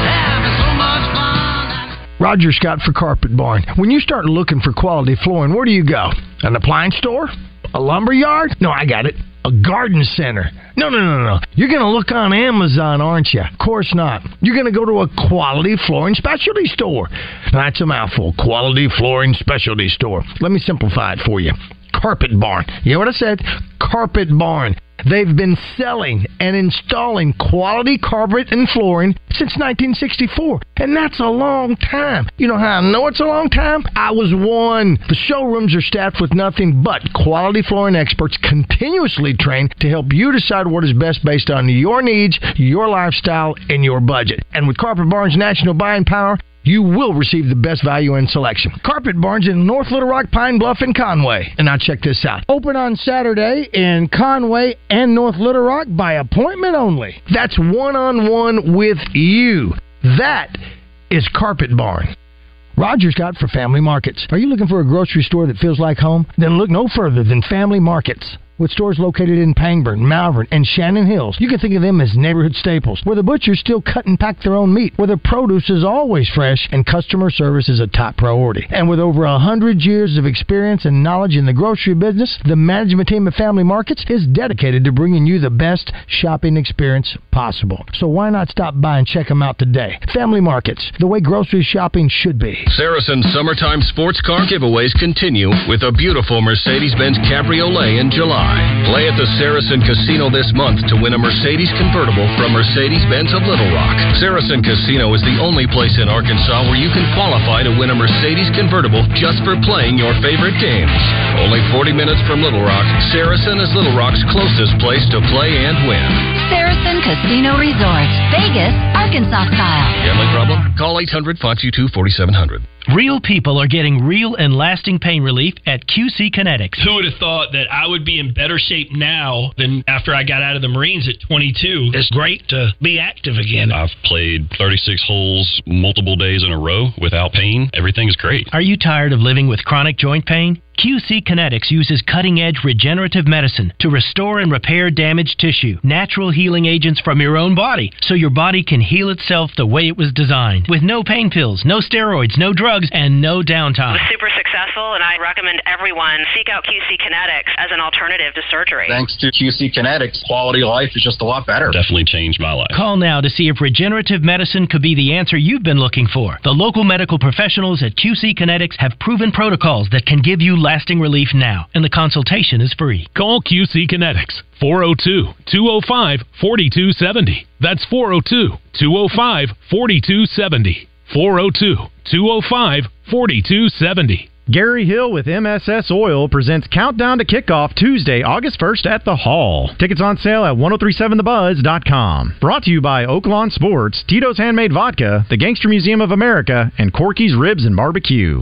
[SPEAKER 8] Having so much fun.
[SPEAKER 3] Roger Scott for Carpet Barn. When you start looking for quality flooring, where do you go? An appliance store? A lumber yard? No, I got it. A garden center. No, no, no, no. You're going to look on Amazon, aren't you? Of course not. You're going to go to a quality flooring specialty store. Now, that's a mouthful. Quality flooring specialty store. Let me simplify it for you. Carpet Barn. You know what I said? Carpet Barn. They've been selling and installing quality carpet and flooring since 1964, and that's a long time. You know how I know it's a long time? I was one. The showrooms are staffed with nothing but quality flooring experts continuously trained to help you decide what is best based on your needs, your lifestyle, and your budget. And with Carpet Barn's national buying power, you will receive the best value and selection. Carpet Barns in North Little Rock, Pine Bluff, and Conway. And now check this out. Open on Saturday in Conway and North Little Rock by appointment only. That's one on one with you. That is Carpet Barn. Roger's got for Family Markets. Are you looking for a grocery store that feels like home? Then look no further than Family Markets. With stores located in Pangburn, Malvern, and Shannon Hills, you can think of them as neighborhood staples, where the butchers still cut and pack their own meat, where their produce is always fresh, and customer service is a top priority. And with over a hundred years of experience and knowledge in the grocery business, the management team at Family Markets is dedicated to bringing you the best shopping experience possible. So why not stop by and check them out today? Family Markets, the way grocery shopping should be.
[SPEAKER 10] Saracen's summertime sports car giveaways continue with a beautiful Mercedes Benz Cabriolet in July. Play at the Saracen Casino this month to win a Mercedes convertible from Mercedes Benz of Little Rock. Saracen Casino is the only place in Arkansas where you can qualify to win a Mercedes convertible just for playing your favorite games. Only 40 minutes from Little Rock, Saracen is Little Rock's closest place to play and win.
[SPEAKER 21] Saracen Casino Resort, Vegas, Arkansas style.
[SPEAKER 10] Gambling problem? Call 800 522 4700.
[SPEAKER 21] Real people are getting real and lasting pain relief at QC Kinetics.
[SPEAKER 22] Who would have thought that I would be in better shape now than after I got out of the Marines at 22? It's great to be active again.
[SPEAKER 23] I've played 36 holes multiple days in a row without pain. Everything is great.
[SPEAKER 21] Are you tired of living with chronic joint pain? QC Kinetics uses cutting edge regenerative medicine to restore and repair damaged tissue, natural healing agents from your own body, so your body can heal itself the way it was designed, with no pain pills, no steroids, no drugs, and no downtime.
[SPEAKER 24] was super successful, and I recommend everyone seek out QC Kinetics as an alternative to surgery.
[SPEAKER 23] Thanks to QC Kinetics, quality of life is just a lot better. Definitely changed my life.
[SPEAKER 21] Call now to see if regenerative medicine could be the answer you've been looking for. The local medical professionals at QC Kinetics have proven protocols that can give you lasting relief now, and the consultation is free.
[SPEAKER 25] Call QC Kinetics 402 205 4270. oh. That's 402 205 4270. 402 205 4270.
[SPEAKER 26] Gary Hill with MSS Oil presents Countdown to Kickoff Tuesday, August 1st at the Hall. Tickets on sale at 1037thebuzz.com. Brought to you by Oaklawn Sports, Tito's Handmade Vodka, the Gangster Museum of America, and Corky's Ribs and Barbecue.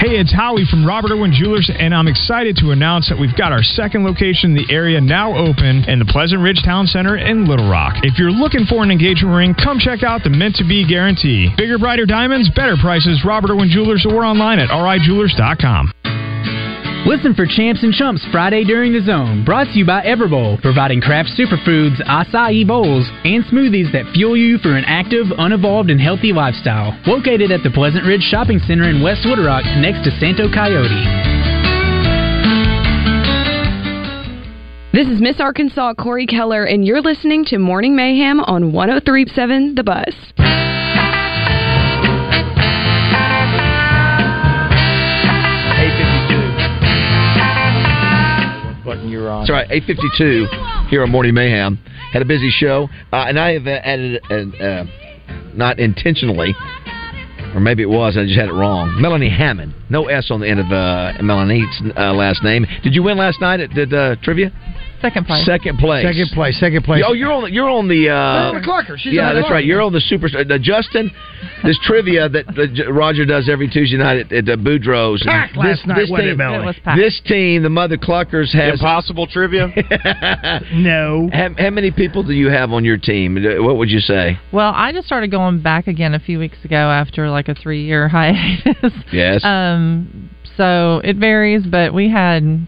[SPEAKER 27] Hey, it's Howie from Robert Owen Jewelers, and I'm excited to announce that we've got our second location in the area now open in the Pleasant Ridge Town Center in Little Rock. If you're looking for an engagement ring, come check out the Meant to Be Guarantee. Bigger, brighter diamonds, better prices, Robert Owen Jewelers, or online at rijewelers.com.
[SPEAKER 9] Listen for Champs and Chumps Friday during the Zone, brought to you by Everbowl, providing craft superfoods, acai bowls, and smoothies that fuel you for an active, unevolved, and healthy lifestyle. Located at the Pleasant Ridge Shopping Center in West Little Rock, next to Santo Coyote.
[SPEAKER 17] This is Miss Arkansas Corey Keller, and you're listening to Morning Mayhem on 1037 The Bus.
[SPEAKER 2] [LAUGHS]
[SPEAKER 3] Button you're on.
[SPEAKER 2] That's right. Eight fifty-two here on Morning Mayhem. Had a busy show, uh, and I have uh, added, an, uh, not intentionally, or maybe it was. I just had it wrong. Melanie Hammond. No S on the end of uh, Melanie's uh, last name. Did you win last night at did, uh, trivia?
[SPEAKER 18] Second place.
[SPEAKER 2] Second place.
[SPEAKER 3] Second place. Second place.
[SPEAKER 2] Oh, you're on. The, you're on the. Uh,
[SPEAKER 3] Seven o'clocker. She's
[SPEAKER 2] yeah,
[SPEAKER 3] on the
[SPEAKER 2] that's
[SPEAKER 3] clock.
[SPEAKER 2] right. You're on the super. Uh, Justin, this trivia that uh, J- Roger does every Tuesday night at, at uh, Boudreaux's. and [LAUGHS]
[SPEAKER 3] Packed last night, wasn't it, Melanie? It was packed.
[SPEAKER 2] this team, the Mother Cluckers, has
[SPEAKER 3] Impossible
[SPEAKER 2] [LAUGHS] trivia.
[SPEAKER 3] no.
[SPEAKER 2] How, how many people do you have on your team? Uh, What would you say?
[SPEAKER 18] Well, I just started going back again a few weeks ago after like a three year [LAUGHS] hiatus.
[SPEAKER 2] Yes.
[SPEAKER 18] Um, so it varies, but we had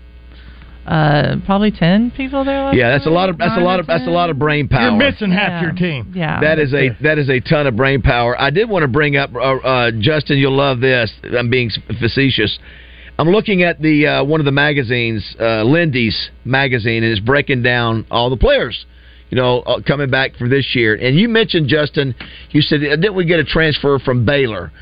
[SPEAKER 18] uh, probably ten people there. Last
[SPEAKER 2] yeah, that's a lot of
[SPEAKER 18] night,
[SPEAKER 2] that's a lot of
[SPEAKER 18] nine or
[SPEAKER 2] that's a lot of brain
[SPEAKER 3] You're
[SPEAKER 2] power.
[SPEAKER 3] missing half
[SPEAKER 18] Yeah.
[SPEAKER 3] your team.
[SPEAKER 18] Yeah.
[SPEAKER 2] That is a that is a ton of brain power. I did want to bring up uh, uh, Justin. You'll love this. I'm being facetious. I'm looking at the uh, one of the magazines, uh, Lindy's magazine, and it's breaking down all the players. You know, uh, coming back for this year. And you mentioned Justin. You said uh, didn't we get a transfer from Baylor?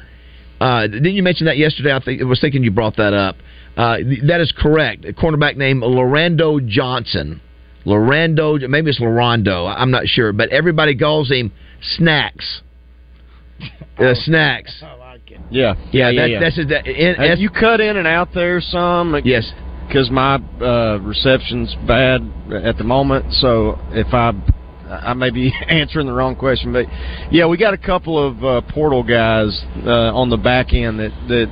[SPEAKER 2] Uh, didn't you mention that yesterday? I think I was thinking you brought that up. Uh, th- that is correct. A cornerback named Lorando Johnson. Lorando, maybe it's Lorando. I- I'm not sure, but everybody calls him Snacks. Uh, snacks.
[SPEAKER 5] Yeah,
[SPEAKER 2] Yeah, that- that's his- that- in-
[SPEAKER 5] Uh,
[SPEAKER 2] that's-
[SPEAKER 5] you cut in and out there some.
[SPEAKER 2] Yes,
[SPEAKER 5] because my uh, reception's bad at the moment, so if I I may be [LAUGHS] answering the wrong question, but yeah, we got a couple of uh, portal guys uh, on the back end that that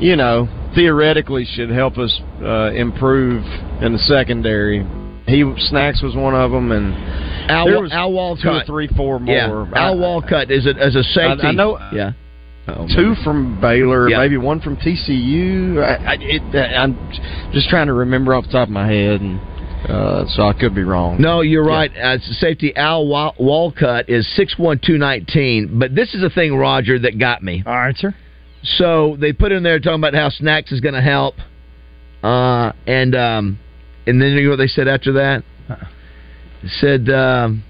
[SPEAKER 5] you know theoretically should help us uh, improve in the secondary. He snacks was one of them, and
[SPEAKER 2] Al,
[SPEAKER 5] there was
[SPEAKER 2] Al Walcott.
[SPEAKER 5] two or three, four more.
[SPEAKER 2] Yeah.
[SPEAKER 5] I-
[SPEAKER 2] Al Walcott is a, as a safety.
[SPEAKER 5] I- I know-
[SPEAKER 2] Yeah. Oh,
[SPEAKER 5] two from Baylor, maybe one from TCU. I, I, it, uh, I'm just trying to remember off the top of my head, and uh, so I could be wrong.
[SPEAKER 2] No, you're right. Uh, safety Al Wa- Walcott is six one two nineteen. But this is the thing, Roger, that got me.
[SPEAKER 3] All right, sir.
[SPEAKER 2] So they put in there talking about how snacks is going to help, uh, and um,
[SPEAKER 3] Uh-uh.
[SPEAKER 2] and then you know what they said after that? Said um,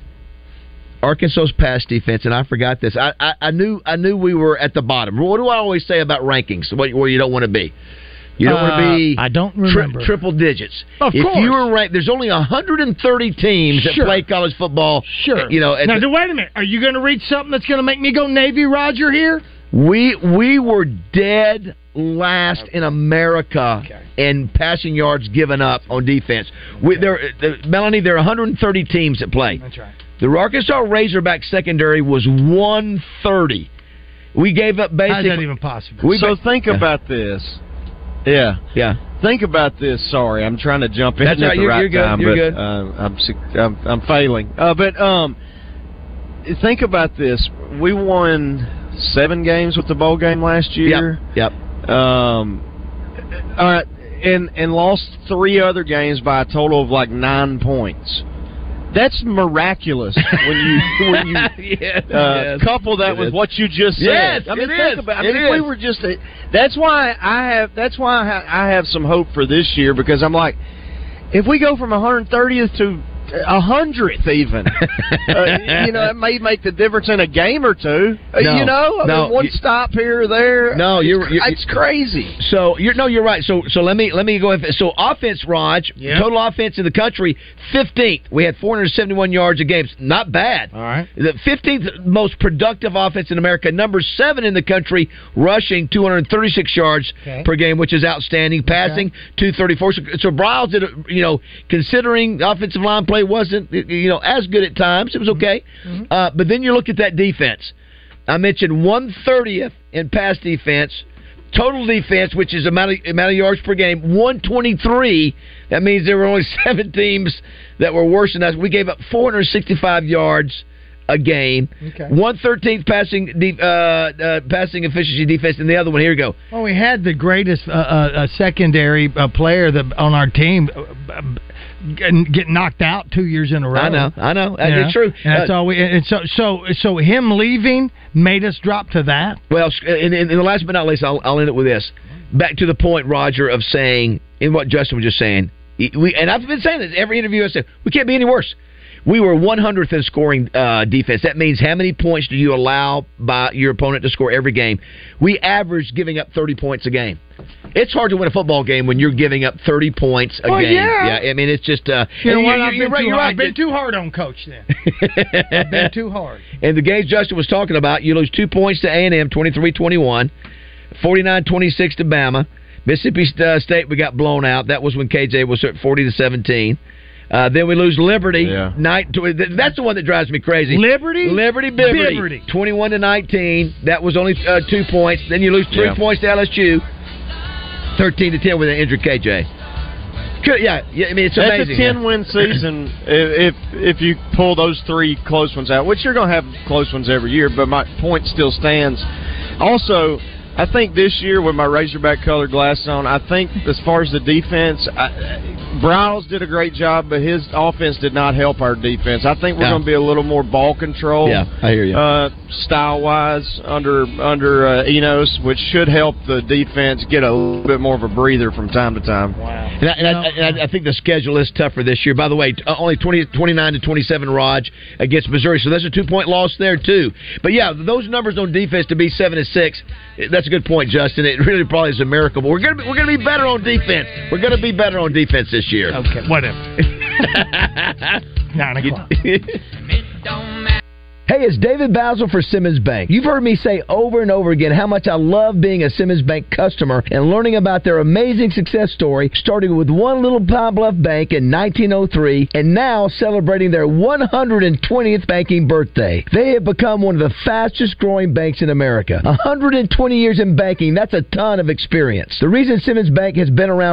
[SPEAKER 2] Arkansas's pass defense, and I forgot this. I, I, I knew I knew we were at the bottom. What do I always say about rankings? What, where you don't want to be. You don't want
[SPEAKER 3] Uh,
[SPEAKER 2] to be.
[SPEAKER 3] I don't
[SPEAKER 2] tri-
[SPEAKER 3] remember.
[SPEAKER 2] triple digits.
[SPEAKER 3] Of
[SPEAKER 2] if
[SPEAKER 3] course.
[SPEAKER 2] you were ranked, there's only 130 teams that
[SPEAKER 3] Sure.
[SPEAKER 2] play college football.
[SPEAKER 3] Sure.
[SPEAKER 2] You know, at
[SPEAKER 3] now,
[SPEAKER 2] the-
[SPEAKER 3] do- wait a minute. Are you going to read something that's going to make me go Navy Roger here?
[SPEAKER 2] We we were dead last in America in passing yards given up on defense. We, there, the, Melanie, there are 130 teams that play. That's
[SPEAKER 3] right.
[SPEAKER 2] The Arkansas Razorback secondary was 130. We gave up
[SPEAKER 3] How's
[SPEAKER 2] basically.
[SPEAKER 3] that even possible?
[SPEAKER 2] We
[SPEAKER 5] so
[SPEAKER 2] ba-
[SPEAKER 5] think
[SPEAKER 2] Yeah.
[SPEAKER 5] about this. Yeah,
[SPEAKER 2] yeah.
[SPEAKER 5] Think about this. Sorry, I'm trying to jump in
[SPEAKER 2] That's
[SPEAKER 5] at
[SPEAKER 2] right.
[SPEAKER 5] the
[SPEAKER 2] You're-
[SPEAKER 5] right
[SPEAKER 2] you're good.
[SPEAKER 5] time,
[SPEAKER 2] You're
[SPEAKER 5] but
[SPEAKER 2] good.
[SPEAKER 5] uh, I'm, sick- I'm I'm failing. Uh, but um, think about this. We won seven games with the bowl game last year.
[SPEAKER 2] Yep.
[SPEAKER 5] Um, all right, and and lost three other games by a total of like nine points. That's miraculous when
[SPEAKER 2] [LAUGHS]
[SPEAKER 5] you when you
[SPEAKER 2] Yes,
[SPEAKER 5] uh,
[SPEAKER 2] yes.
[SPEAKER 5] couple that
[SPEAKER 2] It
[SPEAKER 5] with
[SPEAKER 2] is.
[SPEAKER 5] what you just said.
[SPEAKER 2] Yes,
[SPEAKER 5] I mean,
[SPEAKER 2] it
[SPEAKER 5] think
[SPEAKER 2] is.
[SPEAKER 5] about. I
[SPEAKER 2] It
[SPEAKER 5] mean, if we
[SPEAKER 2] is.
[SPEAKER 5] were just. A, that's why I have. That's why I ha- I have some hope for this year because I'm like, if we go from 130th to a hundredth, even, uh, you know, it may make the difference in a game or two. Uh,
[SPEAKER 2] No,
[SPEAKER 5] you know, I
[SPEAKER 2] no,
[SPEAKER 5] mean, one
[SPEAKER 2] you-
[SPEAKER 5] stop here or there.
[SPEAKER 2] No,
[SPEAKER 5] It's
[SPEAKER 2] you're,
[SPEAKER 5] cr-
[SPEAKER 2] you're
[SPEAKER 5] it's crazy.
[SPEAKER 2] So you're no, you're right. So so let me let me go. with- So offense, Raj, total offense in the country, fifteenth. We had 471 yards a game. Not bad. All
[SPEAKER 3] right.
[SPEAKER 2] The 15th most productive offense in America, number seven in the country, rushing 236 yards
[SPEAKER 3] Okay.
[SPEAKER 2] per game, which is outstanding. Passing 234. So, so Bryles did, a- you know, considering offensive line play wasn't, you know, as good at times, it was okay.
[SPEAKER 3] Mm-hmm.
[SPEAKER 2] Uh, but then you look at that defense. I mentioned 130th in pass defense. Total defense, which is amount of, amount of yards per game, 123. That means there were only [LAUGHS] seven teams that were worse than us. We gave up 465 yards a game.
[SPEAKER 3] Okay.
[SPEAKER 2] 113th passing de- uh, uh, passing efficiency defense, and the other one. Here we go.
[SPEAKER 3] Well, we had the greatest uh, uh, uh, secondary uh, player that on our team uh, uh, get get knocked out two years in a row.
[SPEAKER 2] I know, I know.
[SPEAKER 3] You
[SPEAKER 2] It's true.
[SPEAKER 3] And that's
[SPEAKER 2] Uh,
[SPEAKER 3] all we. And so, so, so him leaving made us drop to that.
[SPEAKER 2] Well, uh, and, and, and the last but not least, I'll, I'll end it with this. Back to the point, Roger, of saying, and what Justin was just saying. We, and I've been saying this every interview. I said we can't be any worse. We were 100th in scoring uh, defense. That means how many points do you allow by your opponent to score every game? We average giving up 30 points a game. It's hard to win a football game when you're giving up 30 points a
[SPEAKER 3] Well,
[SPEAKER 2] game.
[SPEAKER 3] yeah.
[SPEAKER 2] I mean it's just. Uh,
[SPEAKER 3] You know
[SPEAKER 2] and
[SPEAKER 3] what?
[SPEAKER 2] you're-
[SPEAKER 3] I've
[SPEAKER 2] you're
[SPEAKER 3] been
[SPEAKER 2] right,
[SPEAKER 3] too-
[SPEAKER 2] you're
[SPEAKER 3] I've
[SPEAKER 2] right.
[SPEAKER 3] been too hard on coach. [LAUGHS] Then
[SPEAKER 2] [LAUGHS]
[SPEAKER 3] I've been too [LAUGHS] hard.
[SPEAKER 2] And the games Justin was talking about, you lose two points to A&M, 23-21, 49-26 to Bama. Mississippi uh, State, we got blown out. That was when KJ was at 40 to 17. Uh, then we lose Liberty. Night to, that's the one that drives me crazy.
[SPEAKER 3] Liberty?
[SPEAKER 2] Liberty, Liberty,
[SPEAKER 3] Liberty.
[SPEAKER 2] 21 to 19. That was only uh, two points. Then you lose three
[SPEAKER 3] Yeah.
[SPEAKER 2] points to LSU, 13 to 10 with an injured KJ. Good, yeah, yeah. I mean, it's
[SPEAKER 5] That's
[SPEAKER 2] amazing.
[SPEAKER 5] a
[SPEAKER 2] [CLEARS THROAT]
[SPEAKER 5] ten-win season if, if if you pull those three close ones out, which you're going to have close ones every year. But my point still stands. Also, I think this year with my Razorback colored glasses on, I think as far as the defense, I, Bryles did a great job, but his offense did not help our defense. I think we're
[SPEAKER 2] No.
[SPEAKER 5] going to be a little more ball control.
[SPEAKER 2] [LAUGHS] Yeah, I hear you.
[SPEAKER 5] Uh, style wise, under under uh, Enos, which should help the defense get a little bit more of a breather from time to time.
[SPEAKER 3] Wow.
[SPEAKER 2] And I, and, I, and I, I think the schedule is tougher this year. By the way, t- uh, only 20, 29 to 27 Raj against Missouri. So that's a two point loss there, too. But yeah, those numbers on defense to be 7 and 6, eh, that's a good point, Justin. It really probably is a miracle. But we're going to we're gonna be better on defense. We're going to be better on defense this year.
[SPEAKER 3] Okay, whatever. Nine o'clock.
[SPEAKER 2] Hey, it's David Basil for Simmons Bank. You've heard me say over and over again how much I love being a Simmons Bank customer and learning about their amazing success story, starting with one little Pine Bluff bank in 1903 and now celebrating their 120th banking birthday. They have become one of the fastest growing banks in America. 120 years in banking, that's a ton of experience. The reason Simmons Bank has been around